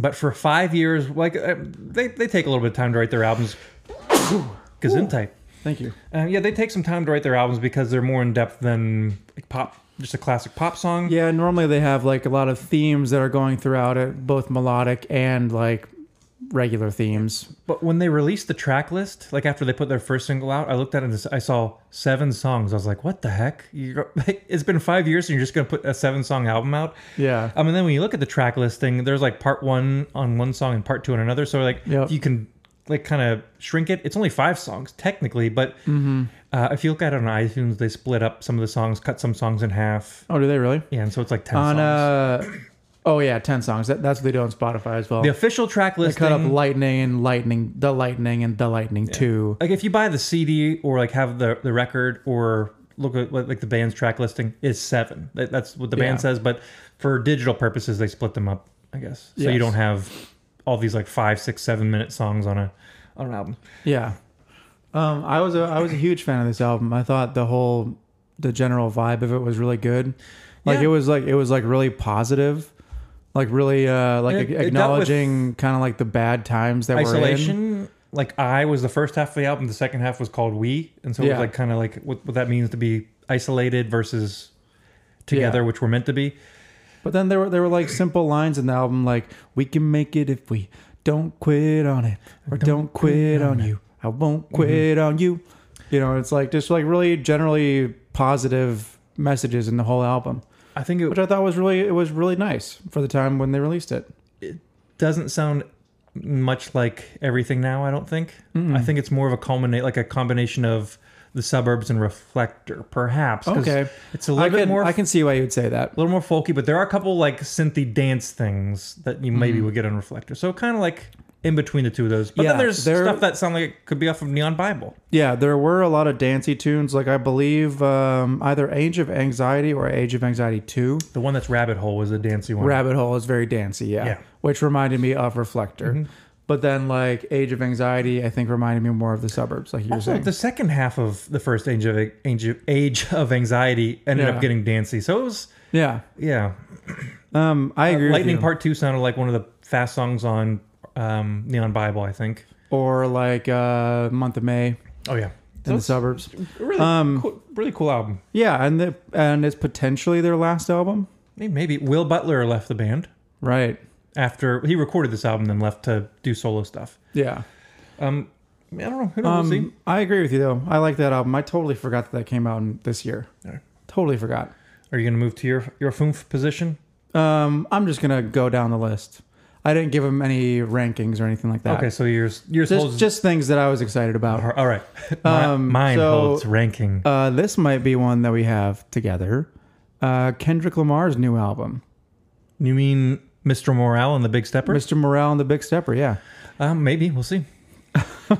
[SPEAKER 3] But for five years, like uh, they they take a little bit of time to write their albums. Gesundheit.
[SPEAKER 2] thank you.
[SPEAKER 3] Uh, yeah, they take some time to write their albums because they're more in depth than like, pop, just a classic pop song.
[SPEAKER 2] Yeah, normally they have like a lot of themes that are going throughout it, both melodic and like regular themes.
[SPEAKER 3] But when they released the track list, like after they put their first single out, I looked at it and I saw seven songs. I was like, "What the heck? You're, it's been five years and you're just gonna put a seven song album out?"
[SPEAKER 2] Yeah.
[SPEAKER 3] Um, and then when you look at the track listing, there's like part one on one song and part two on another. So like
[SPEAKER 2] Yep.
[SPEAKER 3] you can like kind of shrink it. It's only five songs technically, but
[SPEAKER 2] Mm-hmm.
[SPEAKER 3] uh, if you look at it on iTunes, they split up some of the songs, cut some songs in half.
[SPEAKER 2] Oh, do they really?
[SPEAKER 3] Yeah, and so it's like ten
[SPEAKER 2] on
[SPEAKER 3] songs.
[SPEAKER 2] uh oh yeah 10 songs that, that's what they do on spotify as well
[SPEAKER 3] the official track
[SPEAKER 2] they
[SPEAKER 3] listing.
[SPEAKER 2] cut up lightning and lightning the lightning and the lightning 2
[SPEAKER 3] like if you buy the CD or like have the the record or look at what, like the band's track listing is seven. That, that's what the band
[SPEAKER 2] Yeah.
[SPEAKER 3] says. But for digital purposes, they split them up. I guess so you
[SPEAKER 2] Yes.
[SPEAKER 3] don't have all these like five, six, seven minute songs on a on an album.
[SPEAKER 2] yeah um i was a i was a huge fan of this album i thought the whole the general vibe of it was really good like
[SPEAKER 3] Yeah.
[SPEAKER 2] it was like it was like really positive like really uh like ac-
[SPEAKER 3] And it- it dealt with
[SPEAKER 2] acknowledging kind of like the bad times that we're in
[SPEAKER 3] Isolation. Like I was the first half of the album. The second half was called We, and so it
[SPEAKER 2] Yeah.
[SPEAKER 3] was like kind of like what, what that means to be isolated versus together,
[SPEAKER 2] Yeah.
[SPEAKER 3] which we're meant to be.
[SPEAKER 2] but then there were there were like simple lines in the album like we can make it if we don't quit on it or don't, quit on you i
[SPEAKER 3] Mm-hmm.
[SPEAKER 2] won't quit on you you know it's like just like really generally positive messages in the whole album
[SPEAKER 3] I think it
[SPEAKER 2] which i thought was really it was really nice for the time when they released it
[SPEAKER 3] doesn't sound much like everything now i don't think i think it's more of a culminate like a combination of the suburbs and reflector perhaps 'cause
[SPEAKER 2] Okay.
[SPEAKER 3] it's a little
[SPEAKER 2] i
[SPEAKER 3] bit
[SPEAKER 2] can
[SPEAKER 3] more
[SPEAKER 2] i can see why you'd say that
[SPEAKER 3] a little more folky but there are a couple like synthy dance things that you maybe would get on reflector so kind of like in between the two of those but then
[SPEAKER 2] Mm. Yeah,
[SPEAKER 3] there's
[SPEAKER 2] there-
[SPEAKER 3] stuff that sound like it could be off of neon bible
[SPEAKER 2] yeah there were a lot of dancey tunes like i believe um either age of anxiety or age of anxiety 2
[SPEAKER 3] the one that's rabbit hole was a dancey one
[SPEAKER 2] Rabbit Hole is very dancey, yeah.
[SPEAKER 3] Yeah. Mm-hmm.
[SPEAKER 2] Which reminded me of Reflector. But then like Age of Anxiety, I think reminded me more of the suburbs, like you were
[SPEAKER 3] also,
[SPEAKER 2] saying.
[SPEAKER 3] the second half of the first age of age of, age of anxiety ended
[SPEAKER 2] Yeah.
[SPEAKER 3] up getting dancey so it was
[SPEAKER 2] yeah.
[SPEAKER 3] yeah
[SPEAKER 2] Um I agree. with
[SPEAKER 3] Uh, Lightning
[SPEAKER 2] you.
[SPEAKER 3] Part Two sounded like one of the fast songs on um, Neon Bible, I think.
[SPEAKER 2] or like uh Month of May
[SPEAKER 3] Oh yeah,
[SPEAKER 2] in the suburbs.
[SPEAKER 3] really
[SPEAKER 2] Um,
[SPEAKER 3] cool, really cool album.
[SPEAKER 2] Yeah, and the, and it's potentially their last album.
[SPEAKER 3] Maybe, maybe Will Butler left the band
[SPEAKER 2] Right.
[SPEAKER 3] after he recorded this album, then left to do solo stuff.
[SPEAKER 2] Yeah.
[SPEAKER 3] Um, I don't know. Who knows?
[SPEAKER 2] Um,
[SPEAKER 3] We'll see.
[SPEAKER 2] I agree with you though. I like that album. I totally forgot that that came out in, this year.
[SPEAKER 3] Alright.
[SPEAKER 2] Totally forgot.
[SPEAKER 3] Are you going to move to your your foomf position?
[SPEAKER 2] Um, I'm just gonna go down the list. I I didn't give them any rankings or anything like that.
[SPEAKER 3] Okay, so yours yours
[SPEAKER 2] Just,
[SPEAKER 3] holds
[SPEAKER 2] just things that I was excited about.
[SPEAKER 3] all right. My-
[SPEAKER 2] Um,
[SPEAKER 3] Mine
[SPEAKER 2] so-
[SPEAKER 3] holds ranking.
[SPEAKER 2] Uh, this might be one that we have together. Uh, Kendrick Lamar's new album,
[SPEAKER 3] You mean Mr. Morale and the Big Stepper?
[SPEAKER 2] Mr. Morale and the Big Stepper. Yeah.
[SPEAKER 3] Um, maybe we'll see.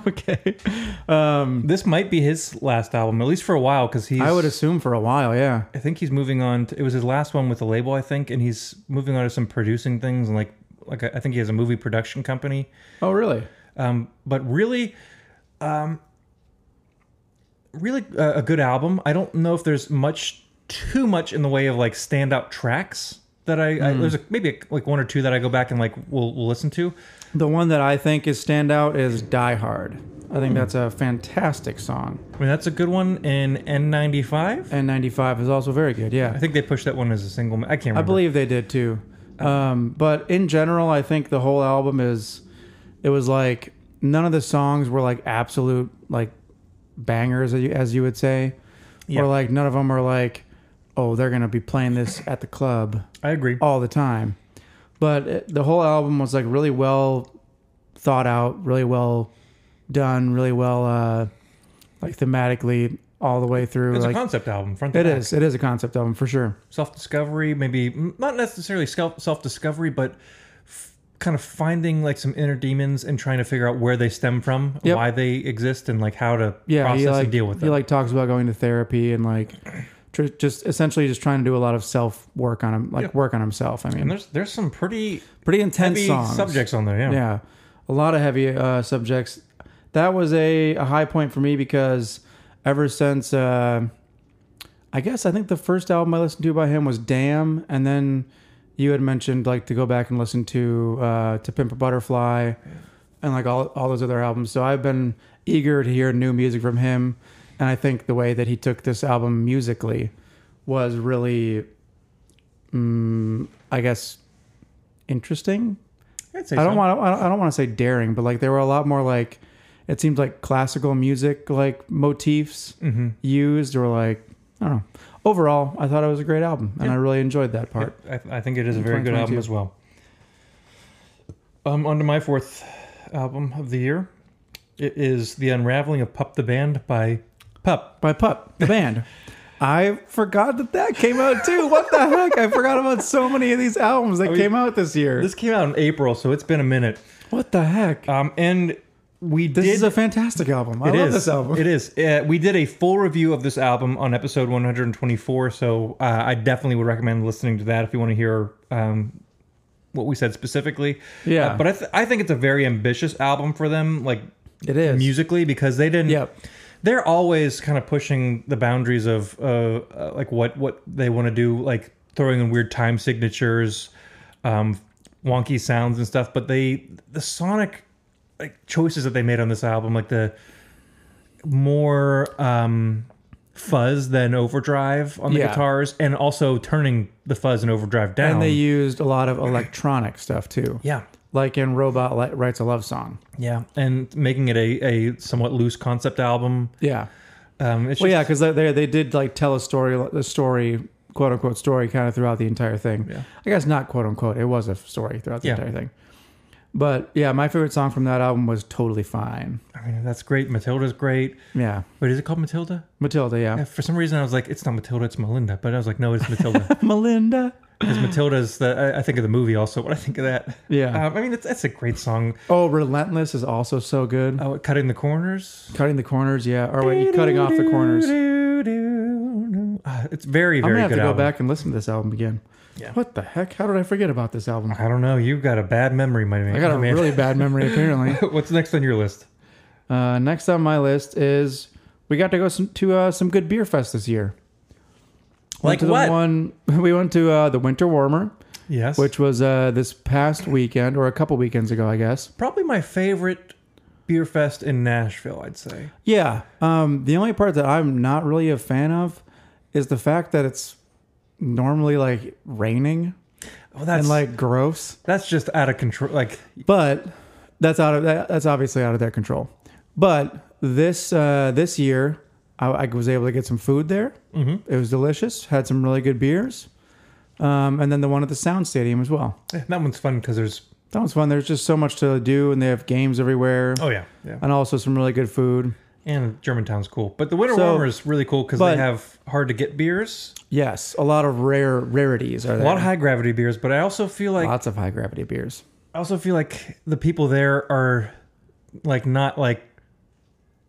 [SPEAKER 2] okay. Um,
[SPEAKER 3] This might be his last album, at least for a while, because he's.
[SPEAKER 2] I would assume for a while. Yeah.
[SPEAKER 3] I think he's moving on. To, it was his last one with the label, I think, and he's moving on to some producing things and like like I think he has a movie production company.
[SPEAKER 2] Oh, really?
[SPEAKER 3] Um, but really, um, really a, a good album. I don't know if there's much too much in the way of like standout tracks that I,
[SPEAKER 2] Hmm.
[SPEAKER 3] I there's a, maybe like one or two that I go back and like we'll, we'll listen to.
[SPEAKER 2] The one that I think is standout is Die Hard. I think that's a fantastic song.
[SPEAKER 3] I mean, that's a good one. And N95,
[SPEAKER 2] And 95 is also very good. Yeah.
[SPEAKER 3] I think they pushed that one as a single. I can't remember.
[SPEAKER 2] I believe they did too. Um, but in general, I think the whole album is. It was like none of the songs were like absolute like bangers, as you, as you would say,
[SPEAKER 3] Yeah.
[SPEAKER 2] or like none of them are like, oh, they're gonna be playing this at the club
[SPEAKER 3] I agree.
[SPEAKER 2] all the time. But it, the whole album was like really well thought out, really well done, really well uh, like thematically all the way through.
[SPEAKER 3] It's
[SPEAKER 2] like
[SPEAKER 3] a concept album, front to
[SPEAKER 2] it
[SPEAKER 3] back.
[SPEAKER 2] is, it is a concept album for sure.
[SPEAKER 3] self discovery, maybe not necessarily self discovery, but f- kind of finding like some inner demons and trying to figure out where they stem from,
[SPEAKER 2] Yep.
[SPEAKER 3] why they exist, and like how to
[SPEAKER 2] yeah,
[SPEAKER 3] process
[SPEAKER 2] he like,
[SPEAKER 3] and deal with
[SPEAKER 2] He
[SPEAKER 3] them.
[SPEAKER 2] like talks about going to therapy and like tr- just essentially just trying to do a lot of self work on him, like
[SPEAKER 3] Yeah.
[SPEAKER 2] work on himself. I
[SPEAKER 3] and
[SPEAKER 2] mean,
[SPEAKER 3] there's there's some pretty
[SPEAKER 2] pretty intense
[SPEAKER 3] heavy
[SPEAKER 2] songs.
[SPEAKER 3] subjects on there. Yeah.
[SPEAKER 2] Yeah, a lot of heavy uh, subjects. That was a, a high point for me because ever since uh, I guess I think the first album I listened to by him was Damn, and then you had mentioned like to go back and listen to uh, to Pimp a Butterfly and like all all those other albums. So I've been eager to hear new music from him, and I think the way that he took this album musically was really. mm, I guess interesting
[SPEAKER 3] I'd say
[SPEAKER 2] I don't
[SPEAKER 3] so.
[SPEAKER 2] want. I don't, I don't want to say daring, but like there were a lot more like it seems like classical music like motifs
[SPEAKER 3] Mm-hmm.
[SPEAKER 2] used or like I don't know. Overall, I thought it was a great album, and I really enjoyed that part.
[SPEAKER 3] I, I think it is a very good
[SPEAKER 2] 2022.
[SPEAKER 3] album as well. Um, on to my fourth album of the year. It is The Unraveling of Pup the Band by Pup.
[SPEAKER 2] By Pup, the band. I forgot that that came out too. What the heck? I forgot about so many of these albums that came out this year.
[SPEAKER 3] This came out in April, so it's been a minute.
[SPEAKER 2] what the heck?
[SPEAKER 3] Um, and we
[SPEAKER 2] this
[SPEAKER 3] did
[SPEAKER 2] is a fantastic album. I
[SPEAKER 3] It
[SPEAKER 2] love
[SPEAKER 3] is.
[SPEAKER 2] this album.
[SPEAKER 3] It is. Uh, we did a full review of this album on episode 124, so uh, I definitely would recommend listening to that if you want to hear um, what we said specifically.
[SPEAKER 2] Yeah.
[SPEAKER 3] Uh, but I, th- I think it's a very ambitious album for them, like
[SPEAKER 2] It is.
[SPEAKER 3] musically, because they didn't.
[SPEAKER 2] Yep.
[SPEAKER 3] They're always kind of pushing the boundaries of uh, uh, like what what they want to do, like throwing in weird time signatures, um, wonky sounds and stuff. But they the sonic like choices that they made on this album, like the more um fuzz than overdrive on the
[SPEAKER 2] Yeah.
[SPEAKER 3] guitars and also turning the fuzz and overdrive down
[SPEAKER 2] And they used a lot of electronic stuff too.
[SPEAKER 3] yeah
[SPEAKER 2] Like in Robot Li- Writes a Love Song.
[SPEAKER 3] yeah and making it a, a somewhat loose concept album
[SPEAKER 2] Yeah.
[SPEAKER 3] um it's
[SPEAKER 2] Well,
[SPEAKER 3] just,
[SPEAKER 2] yeah, because they, they they did like tell a story, the story, quote unquote story, kind of throughout the entire thing.
[SPEAKER 3] Yeah.
[SPEAKER 2] I guess not quote unquote. It was a story throughout the
[SPEAKER 3] Yeah.
[SPEAKER 2] entire thing. But yeah, my favorite song from that album was "Totally Fine."
[SPEAKER 3] i mean that's great matilda's great
[SPEAKER 2] Yeah,
[SPEAKER 3] wait is it called matilda
[SPEAKER 2] Matilda. Yeah,
[SPEAKER 3] Yeah, for some reason i was like it's not matilda it's melinda but i was like no it's matilda
[SPEAKER 2] Melinda.
[SPEAKER 3] because matilda's the I, I think of the movie also when i think of that
[SPEAKER 2] Yeah.
[SPEAKER 3] um, i mean it's, that's a great song
[SPEAKER 2] Oh, "Relentless" is also so good.
[SPEAKER 3] oh, cutting the corners
[SPEAKER 2] Cutting the corners. Yeah, or wait, cutting off the corners. I'm
[SPEAKER 3] Ah, It's very, very
[SPEAKER 2] gonna have
[SPEAKER 3] good
[SPEAKER 2] to go
[SPEAKER 3] album.
[SPEAKER 2] back and listen to this album again.
[SPEAKER 3] Yeah.
[SPEAKER 2] What the heck? How did I forget about this album?
[SPEAKER 3] I don't know. You've got a bad memory, my man.
[SPEAKER 2] I got a
[SPEAKER 3] man.
[SPEAKER 2] really bad memory apparently.
[SPEAKER 3] What's next on your list?
[SPEAKER 2] Uh, next on my list is we got to go some, to uh, some good beer fest this year.
[SPEAKER 3] Like
[SPEAKER 2] went to the
[SPEAKER 3] what?
[SPEAKER 2] one we went to uh, the Winter Warmer,
[SPEAKER 3] Yes.
[SPEAKER 2] which was uh, this past weekend or a couple weekends ago, I guess.
[SPEAKER 3] probably my favorite beer fest in Nashville, I'd say.
[SPEAKER 2] Yeah. Um, the only part that I'm not really a fan of is the fact that it's normally like raining
[SPEAKER 3] Oh, that's
[SPEAKER 2] and
[SPEAKER 3] like
[SPEAKER 2] like gross.
[SPEAKER 3] that's just out of control. Like
[SPEAKER 2] but that's out of that, that's obviously out of their control. But this uh, this year, I, I was able to get some food there. Mm-hmm. It was delicious. Had some really good beers, um, and then the one at the Sound Stadium as well.
[SPEAKER 3] that one's fun because there's
[SPEAKER 2] That one's fun. There's just so much to do, and they have games everywhere,
[SPEAKER 3] Oh yeah, yeah.
[SPEAKER 2] and also some really good food.
[SPEAKER 3] And Germantown's cool, but the Winter
[SPEAKER 2] So-
[SPEAKER 3] Warmer is really cool because they
[SPEAKER 2] but-
[SPEAKER 3] have hard to get beers,
[SPEAKER 2] Yes, a lot of rare rarities are there.
[SPEAKER 3] a lot of high gravity beers. But I also feel like
[SPEAKER 2] Lots of high gravity beers.
[SPEAKER 3] I also feel like the people there are like not like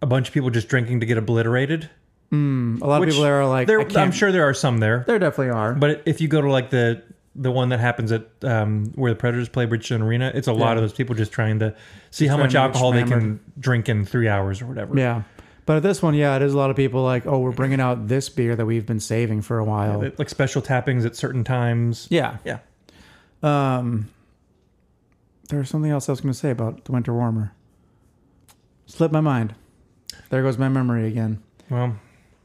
[SPEAKER 3] a bunch of people just drinking to get obliterated.
[SPEAKER 2] Mm, A lot
[SPEAKER 3] which
[SPEAKER 2] of people there are like,
[SPEAKER 3] there,
[SPEAKER 2] I can't,
[SPEAKER 3] I'm sure there are some there,
[SPEAKER 2] there definitely are.
[SPEAKER 3] but if you go to like the the one that happens at um, where the Predators play Bridgestone Arena, it's a lot of those people just trying to see how
[SPEAKER 2] trying
[SPEAKER 3] much
[SPEAKER 2] to get
[SPEAKER 3] alcohol they
[SPEAKER 2] hammered.
[SPEAKER 3] can drink in three hours or whatever.
[SPEAKER 2] yeah, but at this one, yeah, it is a lot of people like, oh, we're bringing out this beer that we've been saving for a while.
[SPEAKER 3] Like special tappings at certain times.
[SPEAKER 2] yeah,
[SPEAKER 3] Yeah.
[SPEAKER 2] Um, there was something else I was going to say about the winter warmer. Slipped my mind. There goes my memory again.
[SPEAKER 3] Well,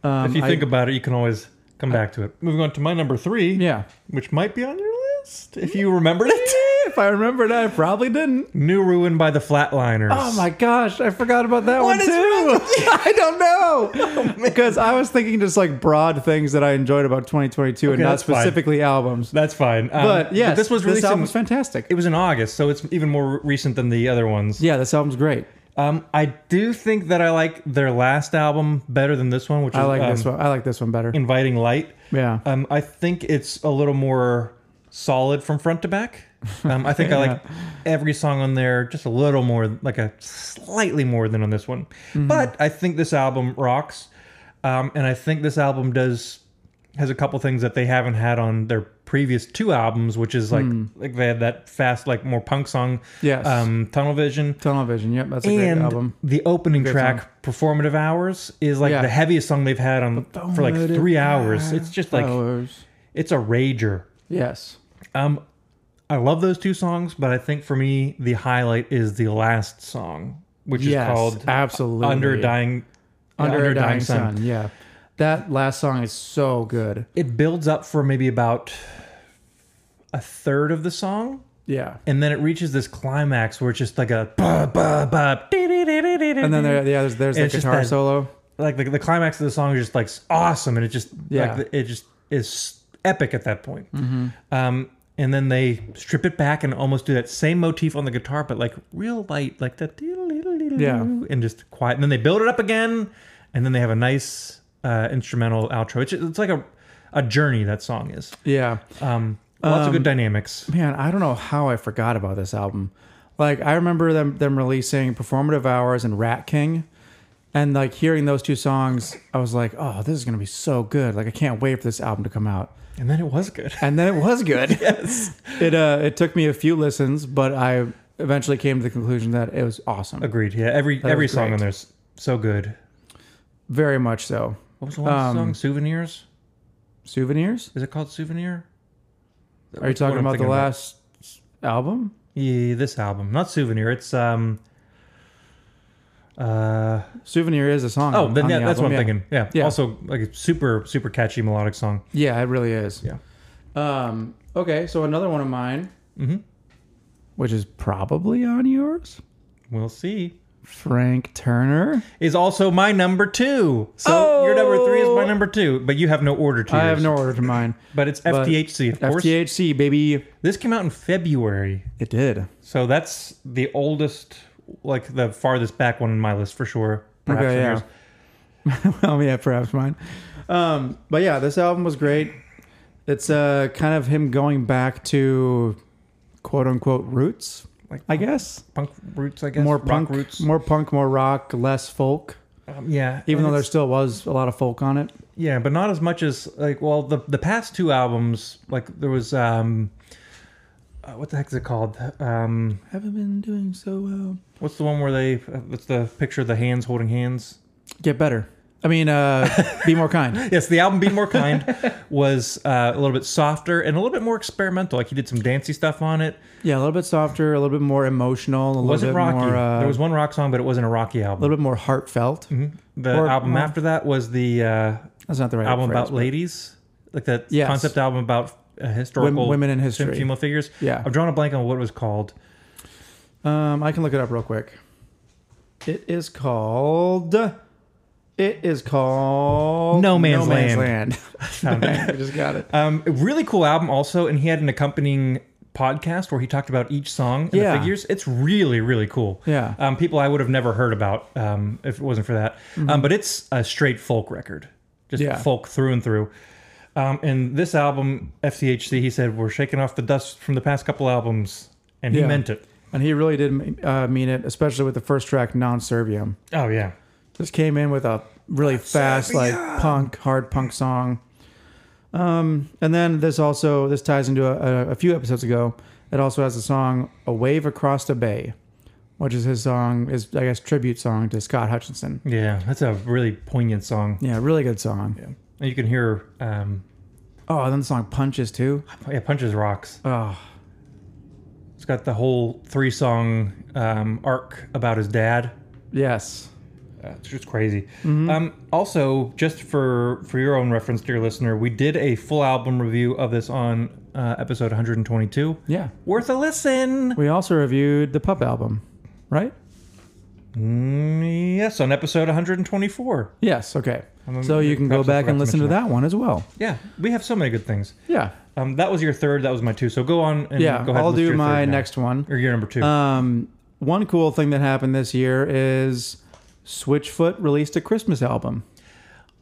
[SPEAKER 2] Um,
[SPEAKER 3] if you
[SPEAKER 2] I-
[SPEAKER 3] think about it, you can always come back to it. Moving on to my number three,
[SPEAKER 2] yeah,
[SPEAKER 3] which might be on your list if you remembered it.
[SPEAKER 2] if I remembered, I probably didn't.
[SPEAKER 3] New Ruin by the Flatliners.
[SPEAKER 2] Oh my gosh, I forgot about that
[SPEAKER 3] What
[SPEAKER 2] one
[SPEAKER 3] is
[SPEAKER 2] too. I don't know because I was thinking just like broad things that I enjoyed about 2022 and
[SPEAKER 3] Okay,
[SPEAKER 2] not
[SPEAKER 3] that's fine.
[SPEAKER 2] specifically albums.
[SPEAKER 3] That's fine. Um,
[SPEAKER 2] but yes,
[SPEAKER 3] this was released.
[SPEAKER 2] this
[SPEAKER 3] in,
[SPEAKER 2] album's fantastic.
[SPEAKER 3] it was in August, so it's even more recent than the other ones.
[SPEAKER 2] yeah, this album's great.
[SPEAKER 3] Um, I do think that I like their last album better than this one, which
[SPEAKER 2] I
[SPEAKER 3] is
[SPEAKER 2] like
[SPEAKER 3] um,
[SPEAKER 2] this one. I like this one better.
[SPEAKER 3] Inviting Light.
[SPEAKER 2] Yeah.
[SPEAKER 3] Um, I think it's a little more solid from front to back. Um, I think I like every song on there just a little more, like a slightly more than on this one.
[SPEAKER 2] Mm-hmm.
[SPEAKER 3] But I think this album rocks, um, and I think this album does has a couple things that they haven't had on their previous two albums, which is like like they had that fast, like more punk song,
[SPEAKER 2] Hmm. Yes.
[SPEAKER 3] um, Tunnel Vision,
[SPEAKER 2] Tunnel Vision. Yep, that's a
[SPEAKER 3] and
[SPEAKER 2] great album.
[SPEAKER 3] the opening track
[SPEAKER 2] song.
[SPEAKER 3] performative hours is like
[SPEAKER 2] Yeah.
[SPEAKER 3] the heaviest song they've had on for like three hours it's just like
[SPEAKER 2] Flowers.
[SPEAKER 3] it's a rager
[SPEAKER 2] yes.
[SPEAKER 3] um i love those two songs but i think for me the highlight is the last song which
[SPEAKER 2] Yes,
[SPEAKER 3] is called
[SPEAKER 2] absolutely.
[SPEAKER 3] under a dying
[SPEAKER 2] Under, a dying, sun. Yeah, that last song is so good.
[SPEAKER 3] it builds up for maybe about a third of the song
[SPEAKER 2] Yeah,
[SPEAKER 3] and then it reaches this climax where it's just like a ba ba ba
[SPEAKER 2] and then there, yeah, there's there's the
[SPEAKER 3] It's just
[SPEAKER 2] guitar
[SPEAKER 3] that-
[SPEAKER 2] solo.
[SPEAKER 3] like the, the climax of the song is just like awesome and it just
[SPEAKER 2] Yeah.
[SPEAKER 3] like it just is epic at that point um and then they strip it back and almost do that same motif on the guitar but like real light like that
[SPEAKER 2] Yeah.
[SPEAKER 3] and just quiet and then they build it up again and then they have a nice uh instrumental outro it's, it's like a a journey that song is
[SPEAKER 2] Yeah,
[SPEAKER 3] um lots of good dynamics
[SPEAKER 2] man, I don't know how I forgot about this album. Like I remember them them releasing Performative Hours and Rat King, and like hearing those two songs, I was like, oh, this is gonna be so good. Like I can't wait for this album to come out.
[SPEAKER 3] and then it was good
[SPEAKER 2] And then it was good. yes, it uh, it took me a few listens, but I eventually came to the conclusion that it was awesome.
[SPEAKER 3] agreed yeah every every
[SPEAKER 2] was
[SPEAKER 3] song
[SPEAKER 2] great.
[SPEAKER 3] on there's so good
[SPEAKER 2] Very much so.
[SPEAKER 3] what was the last
[SPEAKER 2] Um,
[SPEAKER 3] song souvenirs
[SPEAKER 2] Souvenirs?
[SPEAKER 3] is it called
[SPEAKER 2] Are you
[SPEAKER 3] souvenir That's what
[SPEAKER 2] talking
[SPEAKER 3] I'm
[SPEAKER 2] about the
[SPEAKER 3] thinking about.
[SPEAKER 2] last album?
[SPEAKER 3] Yeah, this album, not souvenir. It's um. Uh,
[SPEAKER 2] Souvenir is a song.
[SPEAKER 3] oh,
[SPEAKER 2] on-
[SPEAKER 3] then
[SPEAKER 2] on
[SPEAKER 3] yeah,
[SPEAKER 2] the
[SPEAKER 3] that's what I'm
[SPEAKER 2] album, yeah.
[SPEAKER 3] thinking. Yeah.
[SPEAKER 2] Yeah.
[SPEAKER 3] also like a super super catchy melodic song.
[SPEAKER 2] Yeah, it really is.
[SPEAKER 3] Yeah.
[SPEAKER 2] Um, okay, so another one of mine,
[SPEAKER 3] Mhm.
[SPEAKER 2] which is probably on yours,
[SPEAKER 3] We'll see.
[SPEAKER 2] Frank Turner.
[SPEAKER 3] Is also my number two. So your number three is my
[SPEAKER 2] Oh!
[SPEAKER 3] number two, but you have no order to.
[SPEAKER 2] I have
[SPEAKER 3] yours.
[SPEAKER 2] no order to mine.
[SPEAKER 3] But it's
[SPEAKER 2] but
[SPEAKER 3] FTHC, of course.
[SPEAKER 2] FTHC, baby.
[SPEAKER 3] This came out in February,
[SPEAKER 2] It did.
[SPEAKER 3] so that's the oldest, like the farthest back one in my list for sure. Perhaps
[SPEAKER 2] Okay,
[SPEAKER 3] on
[SPEAKER 2] yeah.
[SPEAKER 3] yours.
[SPEAKER 2] well, yeah, perhaps mine. Um, but yeah, this album was great. It's uh, kind of him going back to quote unquote roots,
[SPEAKER 3] Like
[SPEAKER 2] I guess.
[SPEAKER 3] punk roots, I guess.
[SPEAKER 2] more
[SPEAKER 3] rock
[SPEAKER 2] punk
[SPEAKER 3] roots.
[SPEAKER 2] more punk, more rock, less folk.
[SPEAKER 3] Um, yeah.
[SPEAKER 2] Even
[SPEAKER 3] And
[SPEAKER 2] though
[SPEAKER 3] it's-
[SPEAKER 2] there still was a lot of folk on it.
[SPEAKER 3] Yeah, but not as much as like well the the past two albums like there was um uh, what the heck is it called um
[SPEAKER 2] Haven't been doing so well.
[SPEAKER 3] what's the one where they uh, it's the picture of the hands holding hands
[SPEAKER 2] Get better. I mean, uh, be more kind.
[SPEAKER 3] yes the album be more kind was uh, a little bit softer and a little bit more experimental like he did some dancey stuff on it
[SPEAKER 2] Yeah, a little bit softer, a little bit more emotional, a little
[SPEAKER 3] wasn't
[SPEAKER 2] bit
[SPEAKER 3] rocky
[SPEAKER 2] more, uh,
[SPEAKER 3] there was one rock song but it wasn't a rocky
[SPEAKER 2] a
[SPEAKER 3] album Mm-hmm.
[SPEAKER 2] little bit more heartfelt.
[SPEAKER 3] the
[SPEAKER 2] or-
[SPEAKER 3] album
[SPEAKER 2] or-
[SPEAKER 3] after that was the uh,
[SPEAKER 2] That's not the right
[SPEAKER 3] album
[SPEAKER 2] phrase,
[SPEAKER 3] about
[SPEAKER 2] but-
[SPEAKER 3] ladies, like that
[SPEAKER 2] Yes.
[SPEAKER 3] concept album about uh, historical
[SPEAKER 2] women in
[SPEAKER 3] fem-
[SPEAKER 2] history.
[SPEAKER 3] female figures.
[SPEAKER 2] Yeah.
[SPEAKER 3] I've drawn a blank on what it was called.
[SPEAKER 2] Um, I can look it up real quick. It is called. It is called
[SPEAKER 3] No Man's
[SPEAKER 2] Man's
[SPEAKER 3] Land.
[SPEAKER 2] Land. I just got it.
[SPEAKER 3] Um, a really cool album also, and he had an accompanying podcast where he talked about each song and
[SPEAKER 2] Yeah.
[SPEAKER 3] the figures. It's really, really cool.
[SPEAKER 2] Yeah.
[SPEAKER 3] Um, people I would have never heard about um, if it wasn't for that. Um, but it's a straight folk record, just
[SPEAKER 2] Mm-hmm. Yeah.
[SPEAKER 3] folk through and through. Um, and this album, FCHC, he said, we're shaking off the dust from the past couple albums. And he
[SPEAKER 2] Yeah.
[SPEAKER 3] meant it.
[SPEAKER 2] And he really did uh, mean it, especially with the first track, Non Servium.
[SPEAKER 3] Oh, yeah.
[SPEAKER 2] Just came in with a really fast, like punk, hard punk song. Um, and then this also this ties into a, a, a few episodes ago. It also has the song "A Wave Across the Bay," which is his song, is I guess tribute song to Scott Hutchinson.
[SPEAKER 3] Yeah. That's a really poignant song.
[SPEAKER 2] Yeah, really good song.
[SPEAKER 3] And you can hear, um,
[SPEAKER 2] Oh, and then the song "Punches" too.
[SPEAKER 3] yeah, Punches Rocks.
[SPEAKER 2] Oh,
[SPEAKER 3] It's got the whole three song um, arc about his dad.
[SPEAKER 2] yes,
[SPEAKER 3] Uh, it's just crazy. Um, also, just for for your own reference, dear listener, we did a full album review of this on uh, episode 122.
[SPEAKER 2] yeah.
[SPEAKER 3] Worth a listen.
[SPEAKER 2] We also reviewed the Pup album, right?
[SPEAKER 3] Mm, yes, on episode 124.
[SPEAKER 2] Yes. Okay.
[SPEAKER 3] I'm-
[SPEAKER 2] So you can go
[SPEAKER 3] perhaps I
[SPEAKER 2] back
[SPEAKER 3] forgot
[SPEAKER 2] and
[SPEAKER 3] to
[SPEAKER 2] listen to
[SPEAKER 3] mention
[SPEAKER 2] that one as well.
[SPEAKER 3] Yeah, we have so many good things.
[SPEAKER 2] Yeah.
[SPEAKER 3] Um, that was your third. That was my two. So go on. And
[SPEAKER 2] Yeah.
[SPEAKER 3] go ahead and
[SPEAKER 2] I'll
[SPEAKER 3] list
[SPEAKER 2] do
[SPEAKER 3] your
[SPEAKER 2] my
[SPEAKER 3] third now.
[SPEAKER 2] next one.
[SPEAKER 3] or your number two.
[SPEAKER 2] Um, one cool thing that happened this year is Switchfoot released a Christmas album,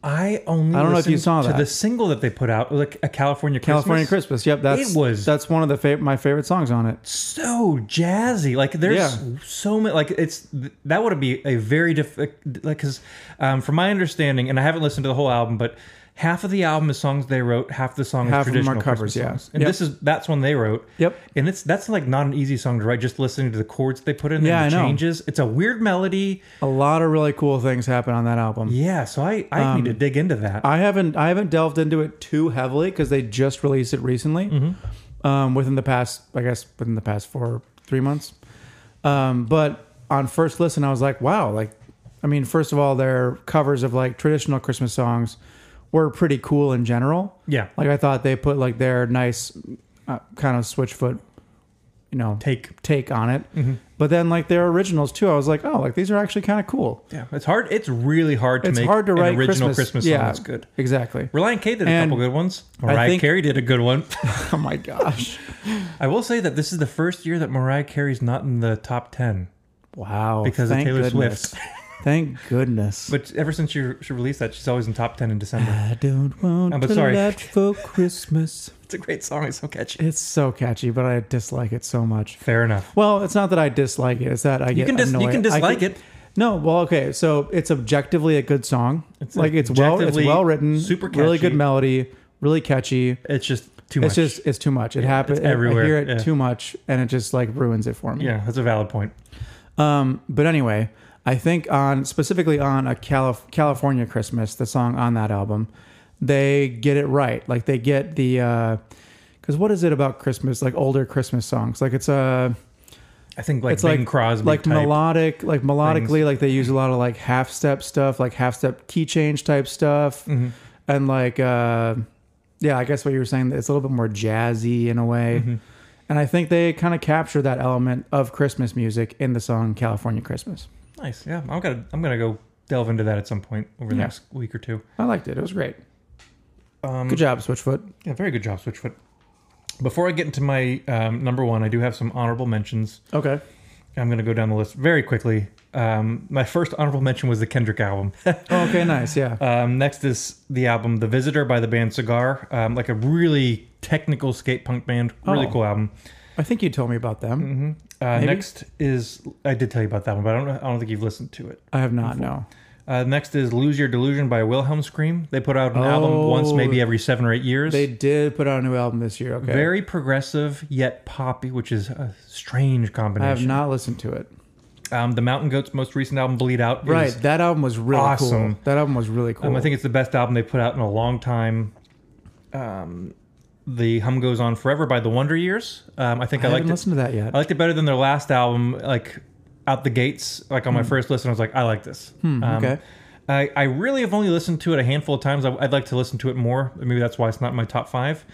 [SPEAKER 3] I only.
[SPEAKER 2] I don't know if you
[SPEAKER 3] listened
[SPEAKER 2] saw
[SPEAKER 3] to
[SPEAKER 2] that.
[SPEAKER 3] the single that they put out, like a California Christmas.
[SPEAKER 2] California Christmas. Yep, that's
[SPEAKER 3] It was-
[SPEAKER 2] that's one of the fav- my favorite songs on it.
[SPEAKER 3] so jazzy. Like there's
[SPEAKER 2] Yeah.
[SPEAKER 3] so many. Like it's that would be a very diff. Like because um, from my understanding, and I haven't listened to the whole album, but half of the album is songs they wrote, half the songs
[SPEAKER 2] Half of them are
[SPEAKER 3] traditional
[SPEAKER 2] covers,
[SPEAKER 3] Christmas
[SPEAKER 2] yeah.
[SPEAKER 3] songs. And
[SPEAKER 2] Yep.
[SPEAKER 3] this is that's one they wrote.
[SPEAKER 2] Yep.
[SPEAKER 3] And it's that's like not an easy song to write. Just listening to the chords they put in,
[SPEAKER 2] Yeah,
[SPEAKER 3] and the
[SPEAKER 2] I know.
[SPEAKER 3] changes. It's a weird melody.
[SPEAKER 2] A lot of really cool things happen on that album.
[SPEAKER 3] Yeah. So I I need
[SPEAKER 2] Um,
[SPEAKER 3] to dig into that.
[SPEAKER 2] I haven't I haven't delved into it too heavily because they just released it recently,
[SPEAKER 3] Mm-hmm.
[SPEAKER 2] um, within the past I guess within the past four three months. Um, but on first listen, I was like, wow, like I mean, first of all, their covers of like traditional Christmas songs were pretty cool in general.
[SPEAKER 3] yeah.
[SPEAKER 2] Like I thought they put like their nice uh, kind of switchfoot, you know,
[SPEAKER 3] Take. Mm-hmm.
[SPEAKER 2] take on it. But then like their originals too, I was like, oh, like these are actually kind of cool.
[SPEAKER 3] Yeah. It's hard. It's really hard to
[SPEAKER 2] It's
[SPEAKER 3] make
[SPEAKER 2] hard to
[SPEAKER 3] an
[SPEAKER 2] write
[SPEAKER 3] original
[SPEAKER 2] Christmas,
[SPEAKER 3] Christmas, song
[SPEAKER 2] yeah,
[SPEAKER 3] that's good.
[SPEAKER 2] Exactly.
[SPEAKER 3] Reliant K did a
[SPEAKER 2] And
[SPEAKER 3] couple good ones.
[SPEAKER 2] I
[SPEAKER 3] Mariah
[SPEAKER 2] think-
[SPEAKER 3] Carey did a good one.
[SPEAKER 2] Oh my gosh!
[SPEAKER 3] I will say that this is the first year that Mariah Carey's not in the top 10.
[SPEAKER 2] Wow.
[SPEAKER 3] Because of
[SPEAKER 2] thank
[SPEAKER 3] Taylor
[SPEAKER 2] goodness.
[SPEAKER 3] Swift.
[SPEAKER 2] thank goodness.
[SPEAKER 3] But ever since she, she released that, she's always in top 10 in December.
[SPEAKER 2] I don't want
[SPEAKER 3] Oh, but
[SPEAKER 2] to
[SPEAKER 3] sorry.
[SPEAKER 2] laugh for Christmas.
[SPEAKER 3] It's a great song. It's so catchy.
[SPEAKER 2] It's so catchy, but I dislike it so much.
[SPEAKER 3] Fair enough.
[SPEAKER 2] Well, it's not that I dislike it. It's that I
[SPEAKER 3] You
[SPEAKER 2] get
[SPEAKER 3] can, dis- you
[SPEAKER 2] annoyed.
[SPEAKER 3] can
[SPEAKER 2] I
[SPEAKER 3] dislike
[SPEAKER 2] get-
[SPEAKER 3] it.
[SPEAKER 2] No, well, okay. So it's objectively a good song. It's like it's well, it's
[SPEAKER 3] objectively
[SPEAKER 2] well written,
[SPEAKER 3] super
[SPEAKER 2] really
[SPEAKER 3] catchy.
[SPEAKER 2] good melody, really catchy.
[SPEAKER 3] It's just too much.
[SPEAKER 2] It's just it's too much. It happens
[SPEAKER 3] it's everywhere,
[SPEAKER 2] I hear it
[SPEAKER 3] yeah.
[SPEAKER 2] too much, and it just like ruins it for me.
[SPEAKER 3] yeah, that's a valid point.
[SPEAKER 2] Um, but anyway, I think on specifically on a Calif- California Christmas, the song on that album, they get it right. Like they get the because what is it about Christmas? Like older Christmas songs, like it's a
[SPEAKER 3] I think like
[SPEAKER 2] it's
[SPEAKER 3] Bing
[SPEAKER 2] like
[SPEAKER 3] Crosby
[SPEAKER 2] like
[SPEAKER 3] type.
[SPEAKER 2] melodic, like melodically,
[SPEAKER 3] things.
[SPEAKER 2] like they use a lot of like half step stuff, like half step key change type stuff,
[SPEAKER 3] Mm-hmm.
[SPEAKER 2] and like uh, yeah, I guess what you were saying, it's a little bit more jazzy in a way.
[SPEAKER 3] Mm-hmm.
[SPEAKER 2] And I think they kind of capture that element of Christmas music in the song California Christmas.
[SPEAKER 3] nice. Yeah, I'm gonna I'm gonna go delve into that at some point over the
[SPEAKER 2] Yeah.
[SPEAKER 3] next week or two.
[SPEAKER 2] I liked it. It was great.
[SPEAKER 3] Um,
[SPEAKER 2] Good job, Switchfoot.
[SPEAKER 3] Yeah, very good job, Switchfoot. Before I get into my um, number one, I do have some honorable mentions.
[SPEAKER 2] Okay.
[SPEAKER 3] I'm gonna go down the list very quickly. Um, my first honorable mention was the Kendrick album.
[SPEAKER 2] okay, nice. Yeah.
[SPEAKER 3] Um, next is the album "The Visitor" by the band Cigar, um, like a really technical skate punk band. Really
[SPEAKER 2] Oh.
[SPEAKER 3] cool album.
[SPEAKER 2] I think you told me about them.
[SPEAKER 3] Uh,
[SPEAKER 2] Maybe?
[SPEAKER 3] next is I did tell you about that one, but I don't know, I don't think you've listened to it.
[SPEAKER 2] I have not, no.
[SPEAKER 3] Uh, next is "Lose Your Delusion" by Wilhelm Scream. They put out an album
[SPEAKER 2] Oh.
[SPEAKER 3] once, maybe every seven or eight years.
[SPEAKER 2] They did put out a new album this year. Okay.
[SPEAKER 3] very progressive yet poppy, which is a strange
[SPEAKER 2] I have
[SPEAKER 3] combination.
[SPEAKER 2] not listened to it.
[SPEAKER 3] um, the Mountain Goats' most recent album, "Bleed Out,"
[SPEAKER 2] Right.
[SPEAKER 3] Is,
[SPEAKER 2] That album was really
[SPEAKER 3] awesome.
[SPEAKER 2] cool. That album was really cool.
[SPEAKER 3] um, I think it's the best album they put out in a long time. Um, the "Hum Goes On Forever" by the Wonder Years. Um, I think
[SPEAKER 2] I,
[SPEAKER 3] I, liked
[SPEAKER 2] haven't
[SPEAKER 3] it.
[SPEAKER 2] listened to that yet.
[SPEAKER 3] I liked it better than their last album. Like out the gates, like on my first listen, I was like, I like this. Um,
[SPEAKER 2] Hmm. okay.
[SPEAKER 3] I, I really have only listened to it a handful of times. I, would like to listen to it more. Maybe that's why it's not in my top five.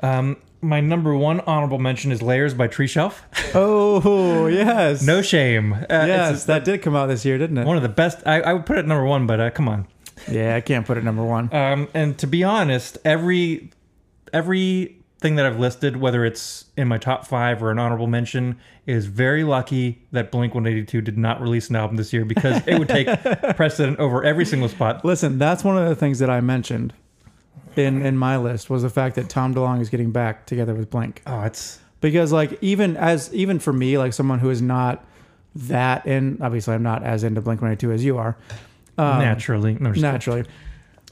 [SPEAKER 3] Um, my number one honorable mention is Layers by Tree Shelf.
[SPEAKER 2] oh, yes.
[SPEAKER 3] no shame. Uh,
[SPEAKER 2] Yes,
[SPEAKER 3] It's
[SPEAKER 2] that did come out this year, didn't it?
[SPEAKER 3] one of the best. I, I would put it number one, but uh, come on.
[SPEAKER 2] yeah, I can't put it number one.
[SPEAKER 3] Um, and to be honest, every every thing that I've listed, whether it's in my top five or an honorable mention, is very lucky that Blink 182 did not release an album this year because it would take precedent over every single spot.
[SPEAKER 2] Listen, that's one of the things that I mentioned in in my list was the fact that Tom DeLonge is getting back together with Blink.
[SPEAKER 3] Oh, it's
[SPEAKER 2] Because like even as even for me, like someone who is not that in obviously I'm not as into Blink 182 as you are. Um,
[SPEAKER 3] naturally. No, I'm just-
[SPEAKER 2] naturally.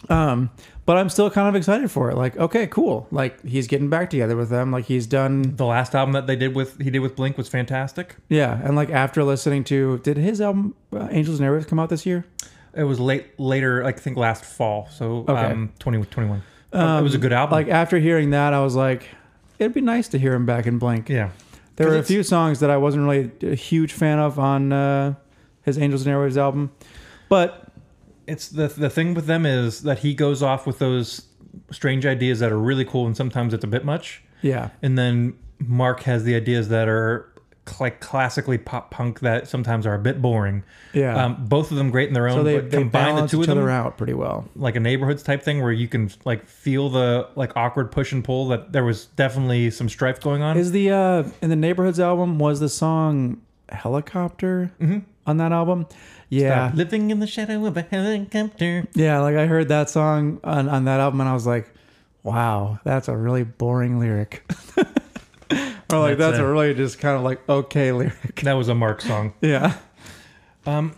[SPEAKER 2] Um, but I'm still kind of excited for it. Like, okay, cool. Like he's getting back together with them. Like he's done.
[SPEAKER 3] The last album that they did with he did with Blink was fantastic.
[SPEAKER 2] Yeah, and like after listening to, did his album uh, Angels and Airwaves come out this year?
[SPEAKER 3] It was late later, like, I think last fall. So
[SPEAKER 2] Okay. Um,
[SPEAKER 3] um, 2021. it was a good album.
[SPEAKER 2] Like after hearing that, I was like, it'd be nice to hear him back in Blink.
[SPEAKER 3] yeah.
[SPEAKER 2] There
[SPEAKER 3] 'Cause
[SPEAKER 2] were a
[SPEAKER 3] it's-
[SPEAKER 2] few songs that I wasn't really a huge fan of on uh, his Angels and Airwaves album, but
[SPEAKER 3] it's the the thing with them is that he goes off with those strange ideas that are really cool and sometimes it's a bit much
[SPEAKER 2] yeah,
[SPEAKER 3] and then mark has the ideas that are cl- like classically pop punk that sometimes are a bit boring
[SPEAKER 2] yeah.
[SPEAKER 3] um, both of them great in their own
[SPEAKER 2] so they,
[SPEAKER 3] but
[SPEAKER 2] they
[SPEAKER 3] combine the
[SPEAKER 2] balance
[SPEAKER 3] two
[SPEAKER 2] each
[SPEAKER 3] of them
[SPEAKER 2] other out pretty well.
[SPEAKER 3] like a neighborhoods type thing where you can like feel the like awkward push and pull that there was definitely some strife going on
[SPEAKER 2] Is the uh in the neighborhoods album was the song helicopter
[SPEAKER 3] Mm-hmm.
[SPEAKER 2] on that album? Yeah,
[SPEAKER 3] Uh, living in the shadow of a helicopter
[SPEAKER 2] yeah. Like I heard that song on on that album, and I was like, wow, that's a really boring lyric. or like
[SPEAKER 3] That's
[SPEAKER 2] that's, a
[SPEAKER 3] it.
[SPEAKER 2] really just kind of like okay lyric.
[SPEAKER 3] that was a mark song
[SPEAKER 2] Yeah. Um.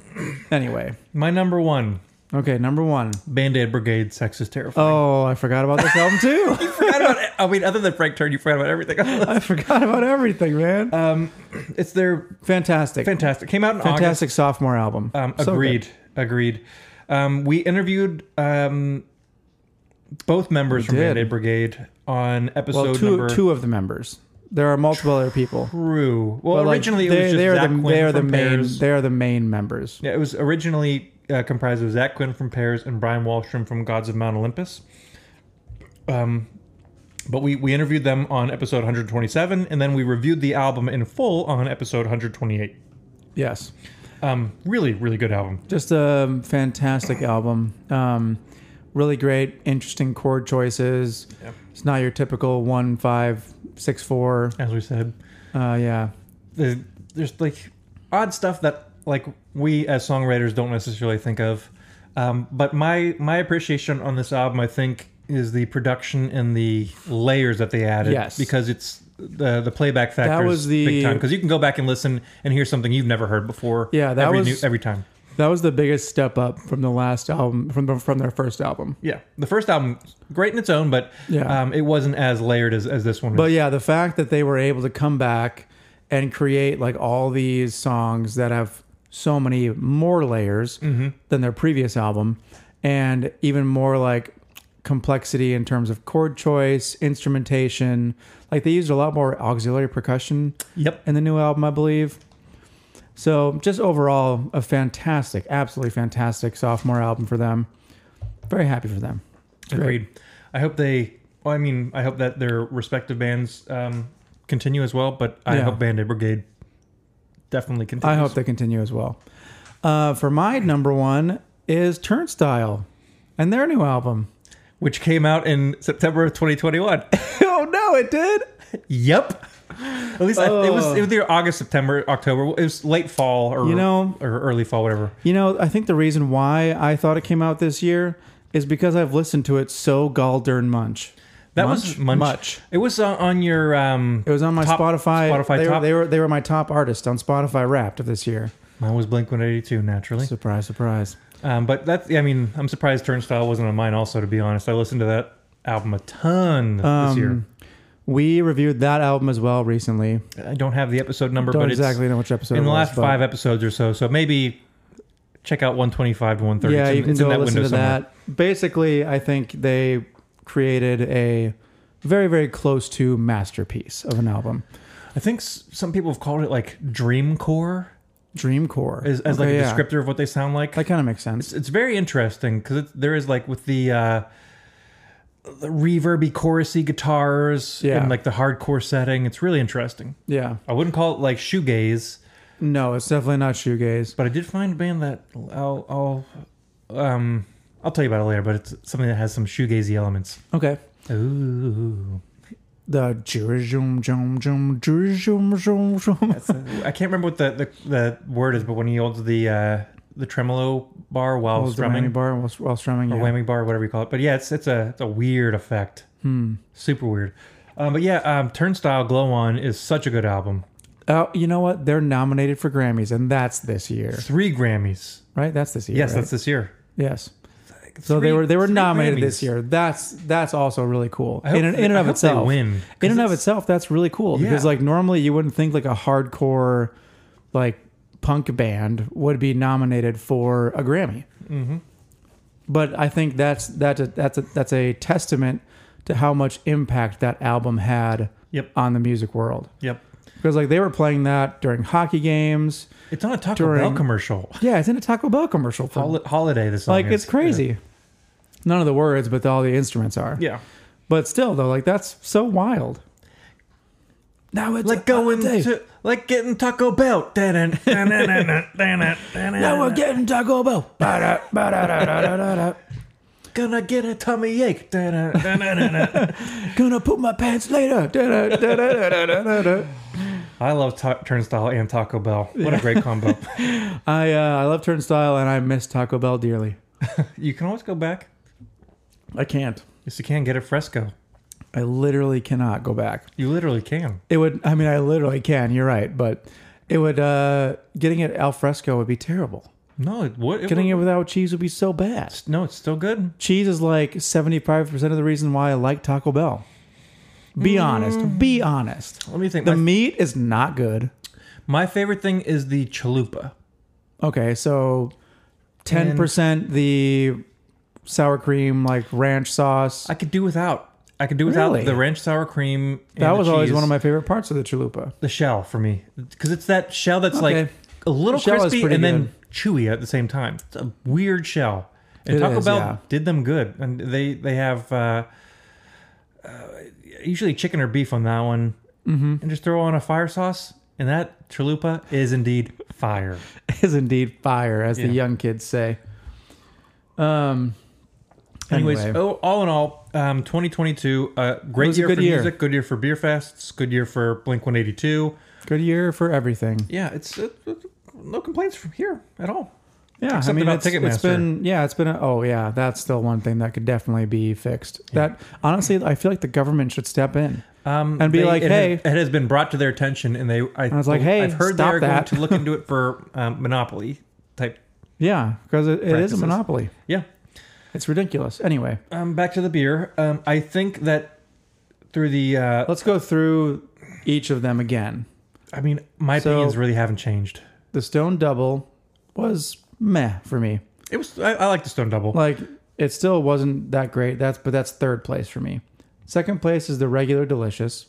[SPEAKER 2] anyway,
[SPEAKER 3] my number one
[SPEAKER 2] okay. Number one.
[SPEAKER 3] band-aid brigade sex is terrifying
[SPEAKER 2] Oh, I forgot about this album too.
[SPEAKER 3] forgot about. I mean, other than Frank Turn, you forgot about everything.
[SPEAKER 2] I forgot about everything, man.
[SPEAKER 3] Uh, it's their
[SPEAKER 2] fantastic,
[SPEAKER 3] fantastic. Came out in
[SPEAKER 2] fantastic sophomore album.
[SPEAKER 3] August. Um,
[SPEAKER 2] So good.
[SPEAKER 3] agreed. agreed. Um, we interviewed um, both members from
[SPEAKER 2] did.
[SPEAKER 3] Band Aid Brigade on episode
[SPEAKER 2] Well, two
[SPEAKER 3] number
[SPEAKER 2] two of the members. There are multiple other people.
[SPEAKER 3] True. Well,
[SPEAKER 2] But, like,
[SPEAKER 3] originally it was just
[SPEAKER 2] are the,
[SPEAKER 3] Zach Quinn
[SPEAKER 2] they are the
[SPEAKER 3] from
[SPEAKER 2] main
[SPEAKER 3] Pears.
[SPEAKER 2] they are the main members.
[SPEAKER 3] Yeah, it was originally uh, comprised of Zach Quinn from Pears and Brian Wallstrom from Gods of Mount Olympus. Um, but we, we interviewed them on episode 127, and then we reviewed the album in full on episode 128.
[SPEAKER 2] Yes,
[SPEAKER 3] Um, really, really good album.
[SPEAKER 2] just a fantastic album. Um, really great, interesting chord choices.
[SPEAKER 3] Yep.
[SPEAKER 2] It's not your typical one five six four.
[SPEAKER 3] As we said,
[SPEAKER 2] Uh, yeah,
[SPEAKER 3] there's, there's like odd stuff that like we as songwriters don't necessarily think of. Um, but my my appreciation on this album, I think, is the production and the layers that they added.
[SPEAKER 2] Yes.
[SPEAKER 3] because it's the the playback factor. is
[SPEAKER 2] was the-
[SPEAKER 3] big time because you can go back and listen and hear something you've never heard before.
[SPEAKER 2] Yeah, that
[SPEAKER 3] every
[SPEAKER 2] was-
[SPEAKER 3] every time.
[SPEAKER 2] that was the biggest step up from the last album from from their first album.
[SPEAKER 3] Yeah, the first album great in its own, but
[SPEAKER 2] Yeah.
[SPEAKER 3] um, it wasn't as layered as, as this one.
[SPEAKER 2] But yeah, the fact that they were able to come back and create like all these songs that have so many more layers
[SPEAKER 3] Mm-hmm.
[SPEAKER 2] than their previous album and even more like complexity in terms of chord choice, instrumentation. Like they used a lot more auxiliary percussion
[SPEAKER 3] yep,
[SPEAKER 2] in the new album, I believe. So, just overall, a fantastic, absolutely fantastic sophomore album for them. Very happy for them.
[SPEAKER 3] Agreed. I hope they. Well, I mean, I hope that their respective bands um, continue as well. But I
[SPEAKER 2] Yeah.
[SPEAKER 3] hope Band Aid Brigade definitely
[SPEAKER 2] I
[SPEAKER 3] continues.
[SPEAKER 2] hope they continue as well. Uh, for my number one is Turnstile and their new album.
[SPEAKER 3] which came out in September of 2021.
[SPEAKER 2] oh no, it did.
[SPEAKER 3] yep. At least I, it was
[SPEAKER 2] Oh.
[SPEAKER 3] it was either August, September, October. It was late fall, or
[SPEAKER 2] You know-
[SPEAKER 3] or early fall, whatever.
[SPEAKER 2] You know, I think the reason why I thought it came out this year is because I've listened to it so gall darn much.
[SPEAKER 3] That
[SPEAKER 2] Much?
[SPEAKER 3] was munch.
[SPEAKER 2] Much.
[SPEAKER 3] It was uh, on your. Um,
[SPEAKER 2] It was on my
[SPEAKER 3] top-
[SPEAKER 2] Spotify.
[SPEAKER 3] Spotify
[SPEAKER 2] they,
[SPEAKER 3] top.
[SPEAKER 2] Were, they were they were my top artist on Spotify Wrapped of this year.
[SPEAKER 3] Mine was Blink 182, naturally.
[SPEAKER 2] Surprise, surprise.
[SPEAKER 3] Um, but that's, I mean, I'm surprised Turnstile wasn't on mine also, to be honest. I listened to that album a ton
[SPEAKER 2] Um,
[SPEAKER 3] this year.
[SPEAKER 2] We reviewed that album as well recently.
[SPEAKER 3] I don't have the episode number,
[SPEAKER 2] Don't
[SPEAKER 3] but
[SPEAKER 2] exactly know which episode.
[SPEAKER 3] it's in
[SPEAKER 2] it
[SPEAKER 3] the
[SPEAKER 2] was,
[SPEAKER 3] last
[SPEAKER 2] but-
[SPEAKER 3] five episodes or so. So maybe check out 125 to 130.
[SPEAKER 2] Yeah,
[SPEAKER 3] it's in,
[SPEAKER 2] you can
[SPEAKER 3] it's
[SPEAKER 2] go
[SPEAKER 3] in that
[SPEAKER 2] listen
[SPEAKER 3] window
[SPEAKER 2] to
[SPEAKER 3] somewhere.
[SPEAKER 2] that. Basically, I think they created a very, very close to masterpiece of an album,
[SPEAKER 3] I think s- some people have called it like dreamcore
[SPEAKER 2] Dreamcore,
[SPEAKER 3] as, as
[SPEAKER 2] Okay,
[SPEAKER 3] like a
[SPEAKER 2] yeah.
[SPEAKER 3] descriptor of what they sound like.
[SPEAKER 2] That kind of makes sense.
[SPEAKER 3] it's very interesting because there is like with the uh the reverby chorusy guitars
[SPEAKER 2] Yeah.
[SPEAKER 3] and like the hardcore setting. It's really interesting.
[SPEAKER 2] Yeah,
[SPEAKER 3] I wouldn't call it like shoegaze.
[SPEAKER 2] no, it's definitely not shoegaze.
[SPEAKER 3] But I did find a band that I'll, I'll um I'll tell you about it later. But it's something that has some shoegazy elements.
[SPEAKER 2] Okay,
[SPEAKER 3] Ooh,
[SPEAKER 2] the jum jum jum jum jum jum.
[SPEAKER 3] That's a, I can't remember what the, the, the word is, but when he holds the uh, the tremolo bar while
[SPEAKER 2] Holds the
[SPEAKER 3] strumming
[SPEAKER 2] whammy bar while, while strumming.
[SPEAKER 3] or
[SPEAKER 2] Yeah.
[SPEAKER 3] whammy bar, whatever you call it. But yeah, it's it's a it's a weird effect.
[SPEAKER 2] Hmm.
[SPEAKER 3] Super weird. Um, but yeah, um, Turnstile Glow On is such a good album.
[SPEAKER 2] Oh, you know what? They're nominated for Grammys, and that's this year,
[SPEAKER 3] Three Grammys.
[SPEAKER 2] right? That's this year.
[SPEAKER 3] Yes,
[SPEAKER 2] right?
[SPEAKER 3] that's this year.
[SPEAKER 2] yes. So they
[SPEAKER 3] Three-
[SPEAKER 2] were they were
[SPEAKER 3] three
[SPEAKER 2] nominated this
[SPEAKER 3] Grammys.
[SPEAKER 2] year. That's that's also really cool.
[SPEAKER 3] hope
[SPEAKER 2] in and,
[SPEAKER 3] they-
[SPEAKER 2] in and
[SPEAKER 3] I
[SPEAKER 2] of
[SPEAKER 3] hope they
[SPEAKER 2] itself,
[SPEAKER 3] win, 'cause
[SPEAKER 2] in and of
[SPEAKER 3] it's-
[SPEAKER 2] itself, that's really cool because
[SPEAKER 3] Yeah.
[SPEAKER 2] like normally you wouldn't think like a hardcore like punk band would be nominated for a Grammy. Mm-hmm. But I think that's that's a, that's a, that's a testament to how much impact that album had
[SPEAKER 3] Yep.
[SPEAKER 2] on the music world
[SPEAKER 3] Yep.
[SPEAKER 2] because like they were playing that during hockey games.
[SPEAKER 3] It's on a Taco
[SPEAKER 2] During-
[SPEAKER 3] Bell commercial.
[SPEAKER 2] Yeah, it's in a Taco Bell commercial for
[SPEAKER 3] Hol- holiday. This
[SPEAKER 2] like it's crazy. None of the words, but all the instruments are.
[SPEAKER 3] Yeah.
[SPEAKER 2] But still, though, like that's so wild. Now it's
[SPEAKER 3] Like going
[SPEAKER 2] holiday.
[SPEAKER 3] to like getting Taco Bell. Dun-dun, dun-dun, dun-dun, dun-dun,
[SPEAKER 2] Now
[SPEAKER 3] dun-dun.
[SPEAKER 2] we're getting Taco Bell. Ba-da, ba-da-da-da-da-da-da.
[SPEAKER 3] Gonna get a tummy ache. Dun-dun, dun-dun, dun-dun.
[SPEAKER 2] Gonna poop my pants later. Da-da-da-da-da-da-da-da.
[SPEAKER 3] I love ta- Turnstile and Taco Bell. What a great combo.
[SPEAKER 2] I uh, I love Turnstile and I miss Taco Bell dearly.
[SPEAKER 3] you can always go back.
[SPEAKER 2] I can't.
[SPEAKER 3] Yes, you can get a fresco.
[SPEAKER 2] I literally cannot go back.
[SPEAKER 3] You literally can.
[SPEAKER 2] It would. I mean, I literally can. You're right, but it would. uh Getting it al fresco would be terrible.
[SPEAKER 3] No, it would. It
[SPEAKER 2] Getting it
[SPEAKER 3] would-
[SPEAKER 2] without cheese would be so bad.
[SPEAKER 3] No, it's still good.
[SPEAKER 2] cheese is like 75% of the reason why I like Taco Bell. Be
[SPEAKER 3] Mm.
[SPEAKER 2] honest. Be honest.
[SPEAKER 3] Let me think.
[SPEAKER 2] The
[SPEAKER 3] my,
[SPEAKER 2] meat is not good.
[SPEAKER 3] my favorite thing is the chalupa.
[SPEAKER 2] Okay, so 10% the sour cream, like ranch sauce.
[SPEAKER 3] I could do without. I could do without
[SPEAKER 2] Really?
[SPEAKER 3] the ranch sour cream. And
[SPEAKER 2] that
[SPEAKER 3] the
[SPEAKER 2] was always
[SPEAKER 3] cheese.
[SPEAKER 2] one of my favorite parts of the chalupa.
[SPEAKER 3] the shell for me because it's that shell that's like
[SPEAKER 2] Okay.
[SPEAKER 3] a little
[SPEAKER 2] The shell is
[SPEAKER 3] crispy
[SPEAKER 2] pretty
[SPEAKER 3] and then chewy at the same time. It's a weird shell. And
[SPEAKER 2] It
[SPEAKER 3] Taco
[SPEAKER 2] is,
[SPEAKER 3] Bell
[SPEAKER 2] yeah.
[SPEAKER 3] did them good, and they they have uh, uh, usually chicken or beef on that one, mm-hmm. and just throw on a fire sauce, and that chalupa is indeed fire.
[SPEAKER 2] Is indeed fire, as
[SPEAKER 3] Yeah.
[SPEAKER 2] the young kids say. Um.
[SPEAKER 3] Anyways,
[SPEAKER 2] Anyway.
[SPEAKER 3] oh, all in all, um, 2022, uh,
[SPEAKER 2] It
[SPEAKER 3] great
[SPEAKER 2] was a
[SPEAKER 3] year
[SPEAKER 2] good
[SPEAKER 3] for
[SPEAKER 2] year.
[SPEAKER 3] music, good year for beer fests, good year for Blink 182.
[SPEAKER 2] Good year for everything.
[SPEAKER 3] Yeah, it's uh, no complaints from here at all.
[SPEAKER 2] Yeah,
[SPEAKER 3] Except about
[SPEAKER 2] it's, it's
[SPEAKER 3] Ticketmaster.
[SPEAKER 2] been yeah, it's been a, oh yeah, that's still one thing that could definitely be fixed. That honestly, I feel like the government should step in.
[SPEAKER 3] um,
[SPEAKER 2] And be like,
[SPEAKER 3] it
[SPEAKER 2] "Hey."
[SPEAKER 3] Has, it has been brought to their attention, and they. I,
[SPEAKER 2] was like, "Hey,
[SPEAKER 3] I've heard
[SPEAKER 2] stop
[SPEAKER 3] they're
[SPEAKER 2] that."
[SPEAKER 3] going to look into it for um, monopoly type."
[SPEAKER 2] Yeah, because it, it is a
[SPEAKER 3] Practices.
[SPEAKER 2] monopoly.
[SPEAKER 3] Yeah.
[SPEAKER 2] It's ridiculous. Anyway,
[SPEAKER 3] Um, back to the beer. Um, I think that through the, uh,
[SPEAKER 2] let's go through each of them again.
[SPEAKER 3] I mean, my
[SPEAKER 2] So-
[SPEAKER 3] opinions really haven't changed.
[SPEAKER 2] The Stone Double was meh for me.
[SPEAKER 3] It was. I, I like the Stone Double.
[SPEAKER 2] Like it still wasn't that great. That's but that's third place for me. Second place is the regular delicious,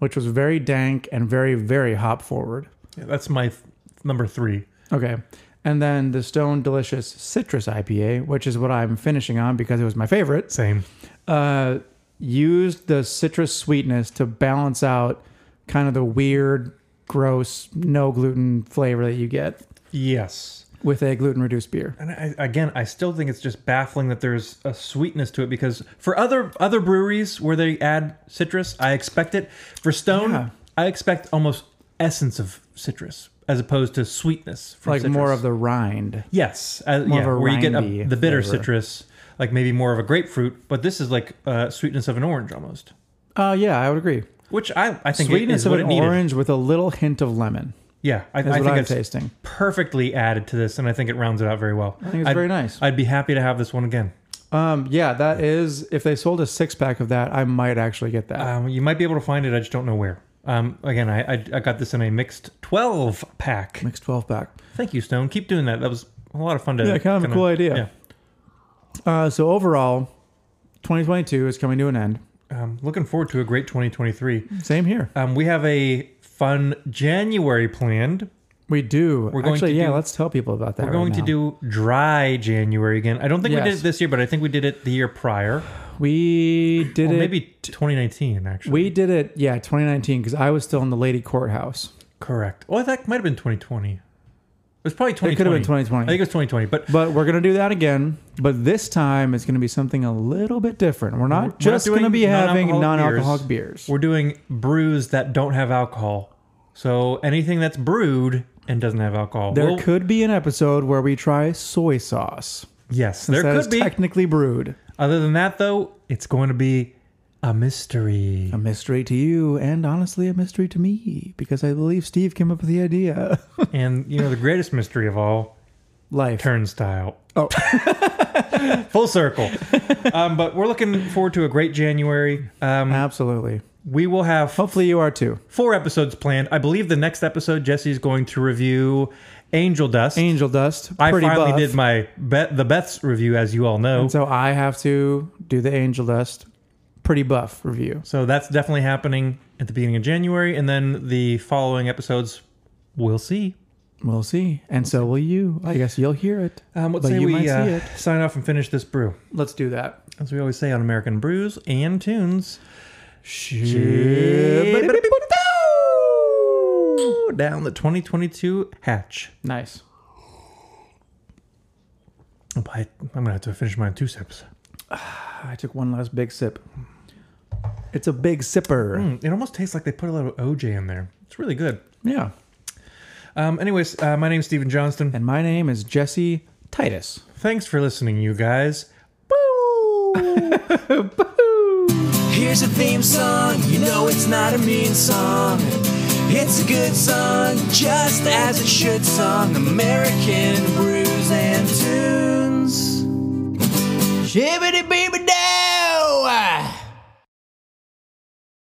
[SPEAKER 2] which was very dank and very very hop forward.
[SPEAKER 3] Yeah, that's my th- number three.
[SPEAKER 2] Okay. And then the Stone Delicious Citrus IPA, which is what I'm finishing on because it was my favorite,
[SPEAKER 3] Same.
[SPEAKER 2] uh, used the citrus sweetness to balance out kind of the weird, gross, no gluten flavor that you get
[SPEAKER 3] Yes.
[SPEAKER 2] with a gluten reduced beer.
[SPEAKER 3] And I, again, I still think it's just baffling that there's a sweetness to it because for other other breweries where they add citrus, I expect it. For Stone,
[SPEAKER 2] Yeah.
[SPEAKER 3] I expect almost essence of citrus as opposed to sweetness. From
[SPEAKER 2] Like
[SPEAKER 3] citrus.
[SPEAKER 2] more of the rind.
[SPEAKER 3] yes, uh,
[SPEAKER 2] more
[SPEAKER 3] yeah,
[SPEAKER 2] of a
[SPEAKER 3] where you get
[SPEAKER 2] rindy
[SPEAKER 3] a, the bitter
[SPEAKER 2] flavor.
[SPEAKER 3] citrus, like maybe more of a grapefruit, but this is like uh, sweetness of an orange almost,
[SPEAKER 2] Uh, yeah, I would agree.
[SPEAKER 3] which I I think
[SPEAKER 2] Sweetness
[SPEAKER 3] is
[SPEAKER 2] of
[SPEAKER 3] what
[SPEAKER 2] an
[SPEAKER 3] it needed.
[SPEAKER 2] orange with a little hint of lemon
[SPEAKER 3] Yeah, I, I
[SPEAKER 2] is
[SPEAKER 3] think
[SPEAKER 2] what I'm
[SPEAKER 3] it's
[SPEAKER 2] tasting.
[SPEAKER 3] perfectly added to this, and I think it rounds it out very well. I
[SPEAKER 2] think it's very nice.
[SPEAKER 3] I'd be happy to have this one again.
[SPEAKER 2] Um, yeah, that is, if they sold a six pack of that, I might actually get that.
[SPEAKER 3] Um, you might be able to find it. I just don't know where. Um, again, I, I I got this in a mixed twelve pack.
[SPEAKER 2] Mixed 12 pack.
[SPEAKER 3] Thank you, Stone. Keep doing that. That was a lot of fun to.
[SPEAKER 2] Yeah, kind of a cool idea.
[SPEAKER 3] Yeah.
[SPEAKER 2] Uh, so overall, 2022 is coming to an end.
[SPEAKER 3] Um, looking forward to a great 2023.
[SPEAKER 2] Same here.
[SPEAKER 3] Um, we have a fun January planned.
[SPEAKER 2] We do.
[SPEAKER 3] We're going
[SPEAKER 2] Actually,
[SPEAKER 3] to
[SPEAKER 2] yeah,
[SPEAKER 3] do-
[SPEAKER 2] let's tell people about that.
[SPEAKER 3] We're going
[SPEAKER 2] right
[SPEAKER 3] to
[SPEAKER 2] now.
[SPEAKER 3] do dry January again. I don't think we did
[SPEAKER 2] Yes.
[SPEAKER 3] it this year, but I think we did it the year prior,
[SPEAKER 2] We did
[SPEAKER 3] or
[SPEAKER 2] it.
[SPEAKER 3] maybe 2019 actually.
[SPEAKER 2] we did it. Yeah, 2019 because I was still in the lady courthouse.
[SPEAKER 3] correct. Oh, that might have been 2020. was probably 2020.
[SPEAKER 2] could have been
[SPEAKER 3] I
[SPEAKER 2] 2020.
[SPEAKER 3] think it was 2020, but
[SPEAKER 2] But we're gonna do that again. But this time it's gonna be something a little bit different. We're not
[SPEAKER 3] We're not
[SPEAKER 2] just
[SPEAKER 3] doing
[SPEAKER 2] gonna be having
[SPEAKER 3] non-alcoholic beers.
[SPEAKER 2] non-alcoholic beers.
[SPEAKER 3] we're doing brews that don't have alcohol. So anything that's brewed and doesn't have alcohol.
[SPEAKER 2] There
[SPEAKER 3] Well,
[SPEAKER 2] could be an episode where we try soy sauce.
[SPEAKER 3] yes,
[SPEAKER 2] since
[SPEAKER 3] there
[SPEAKER 2] that
[SPEAKER 3] could
[SPEAKER 2] is
[SPEAKER 3] be.
[SPEAKER 2] technically brewed.
[SPEAKER 3] Other than that, though, it's going to be a mystery.
[SPEAKER 2] A mystery to you, and honestly, a mystery to me, because I believe Steve came up with the idea.
[SPEAKER 3] and you know the greatest mystery of all:
[SPEAKER 2] Life.
[SPEAKER 3] turnstile.
[SPEAKER 2] Oh.
[SPEAKER 3] full circle. Um, but we're looking forward to a great January. Um,
[SPEAKER 2] Absolutely.
[SPEAKER 3] we will have
[SPEAKER 2] Hopefully, you are too.
[SPEAKER 3] four episodes planned. I believe the next episode Jesse's going to review Angel Dust.
[SPEAKER 2] Angel dust.
[SPEAKER 3] I
[SPEAKER 2] pretty
[SPEAKER 3] finally
[SPEAKER 2] buff.
[SPEAKER 3] did my bet the Beth's review, as you all know.
[SPEAKER 2] And so I have to do the angel dust, pretty buff review.
[SPEAKER 3] So that's definitely happening at the beginning of January, and then the following episodes, we'll see.
[SPEAKER 2] We'll see, and so will you. I guess you'll hear it.
[SPEAKER 3] Um, let's
[SPEAKER 2] But
[SPEAKER 3] say
[SPEAKER 2] you
[SPEAKER 3] we
[SPEAKER 2] might see
[SPEAKER 3] uh,
[SPEAKER 2] it.
[SPEAKER 3] sign off and finish this brew,
[SPEAKER 2] Let's do that.
[SPEAKER 3] as we always say on American Brews and Tunes. Down the 2022 hatch.
[SPEAKER 2] Nice.
[SPEAKER 3] Oh, I- I'm gonna have to finish mine in two sips.
[SPEAKER 2] I took one last big sip. It's a big sipper.
[SPEAKER 3] Mm, it almost tastes like they put a little OJ in there. It's really good.
[SPEAKER 2] Yeah.
[SPEAKER 3] Um, anyways, uh, my name's Stephen Johnston.
[SPEAKER 2] And my name is Jesse Titus.
[SPEAKER 3] Thanks for listening, you guys. Boo!
[SPEAKER 1] Here's a theme song, you know it's not a mean song. It's a good song, just as it should song. American brews and tunes. Shibbity baby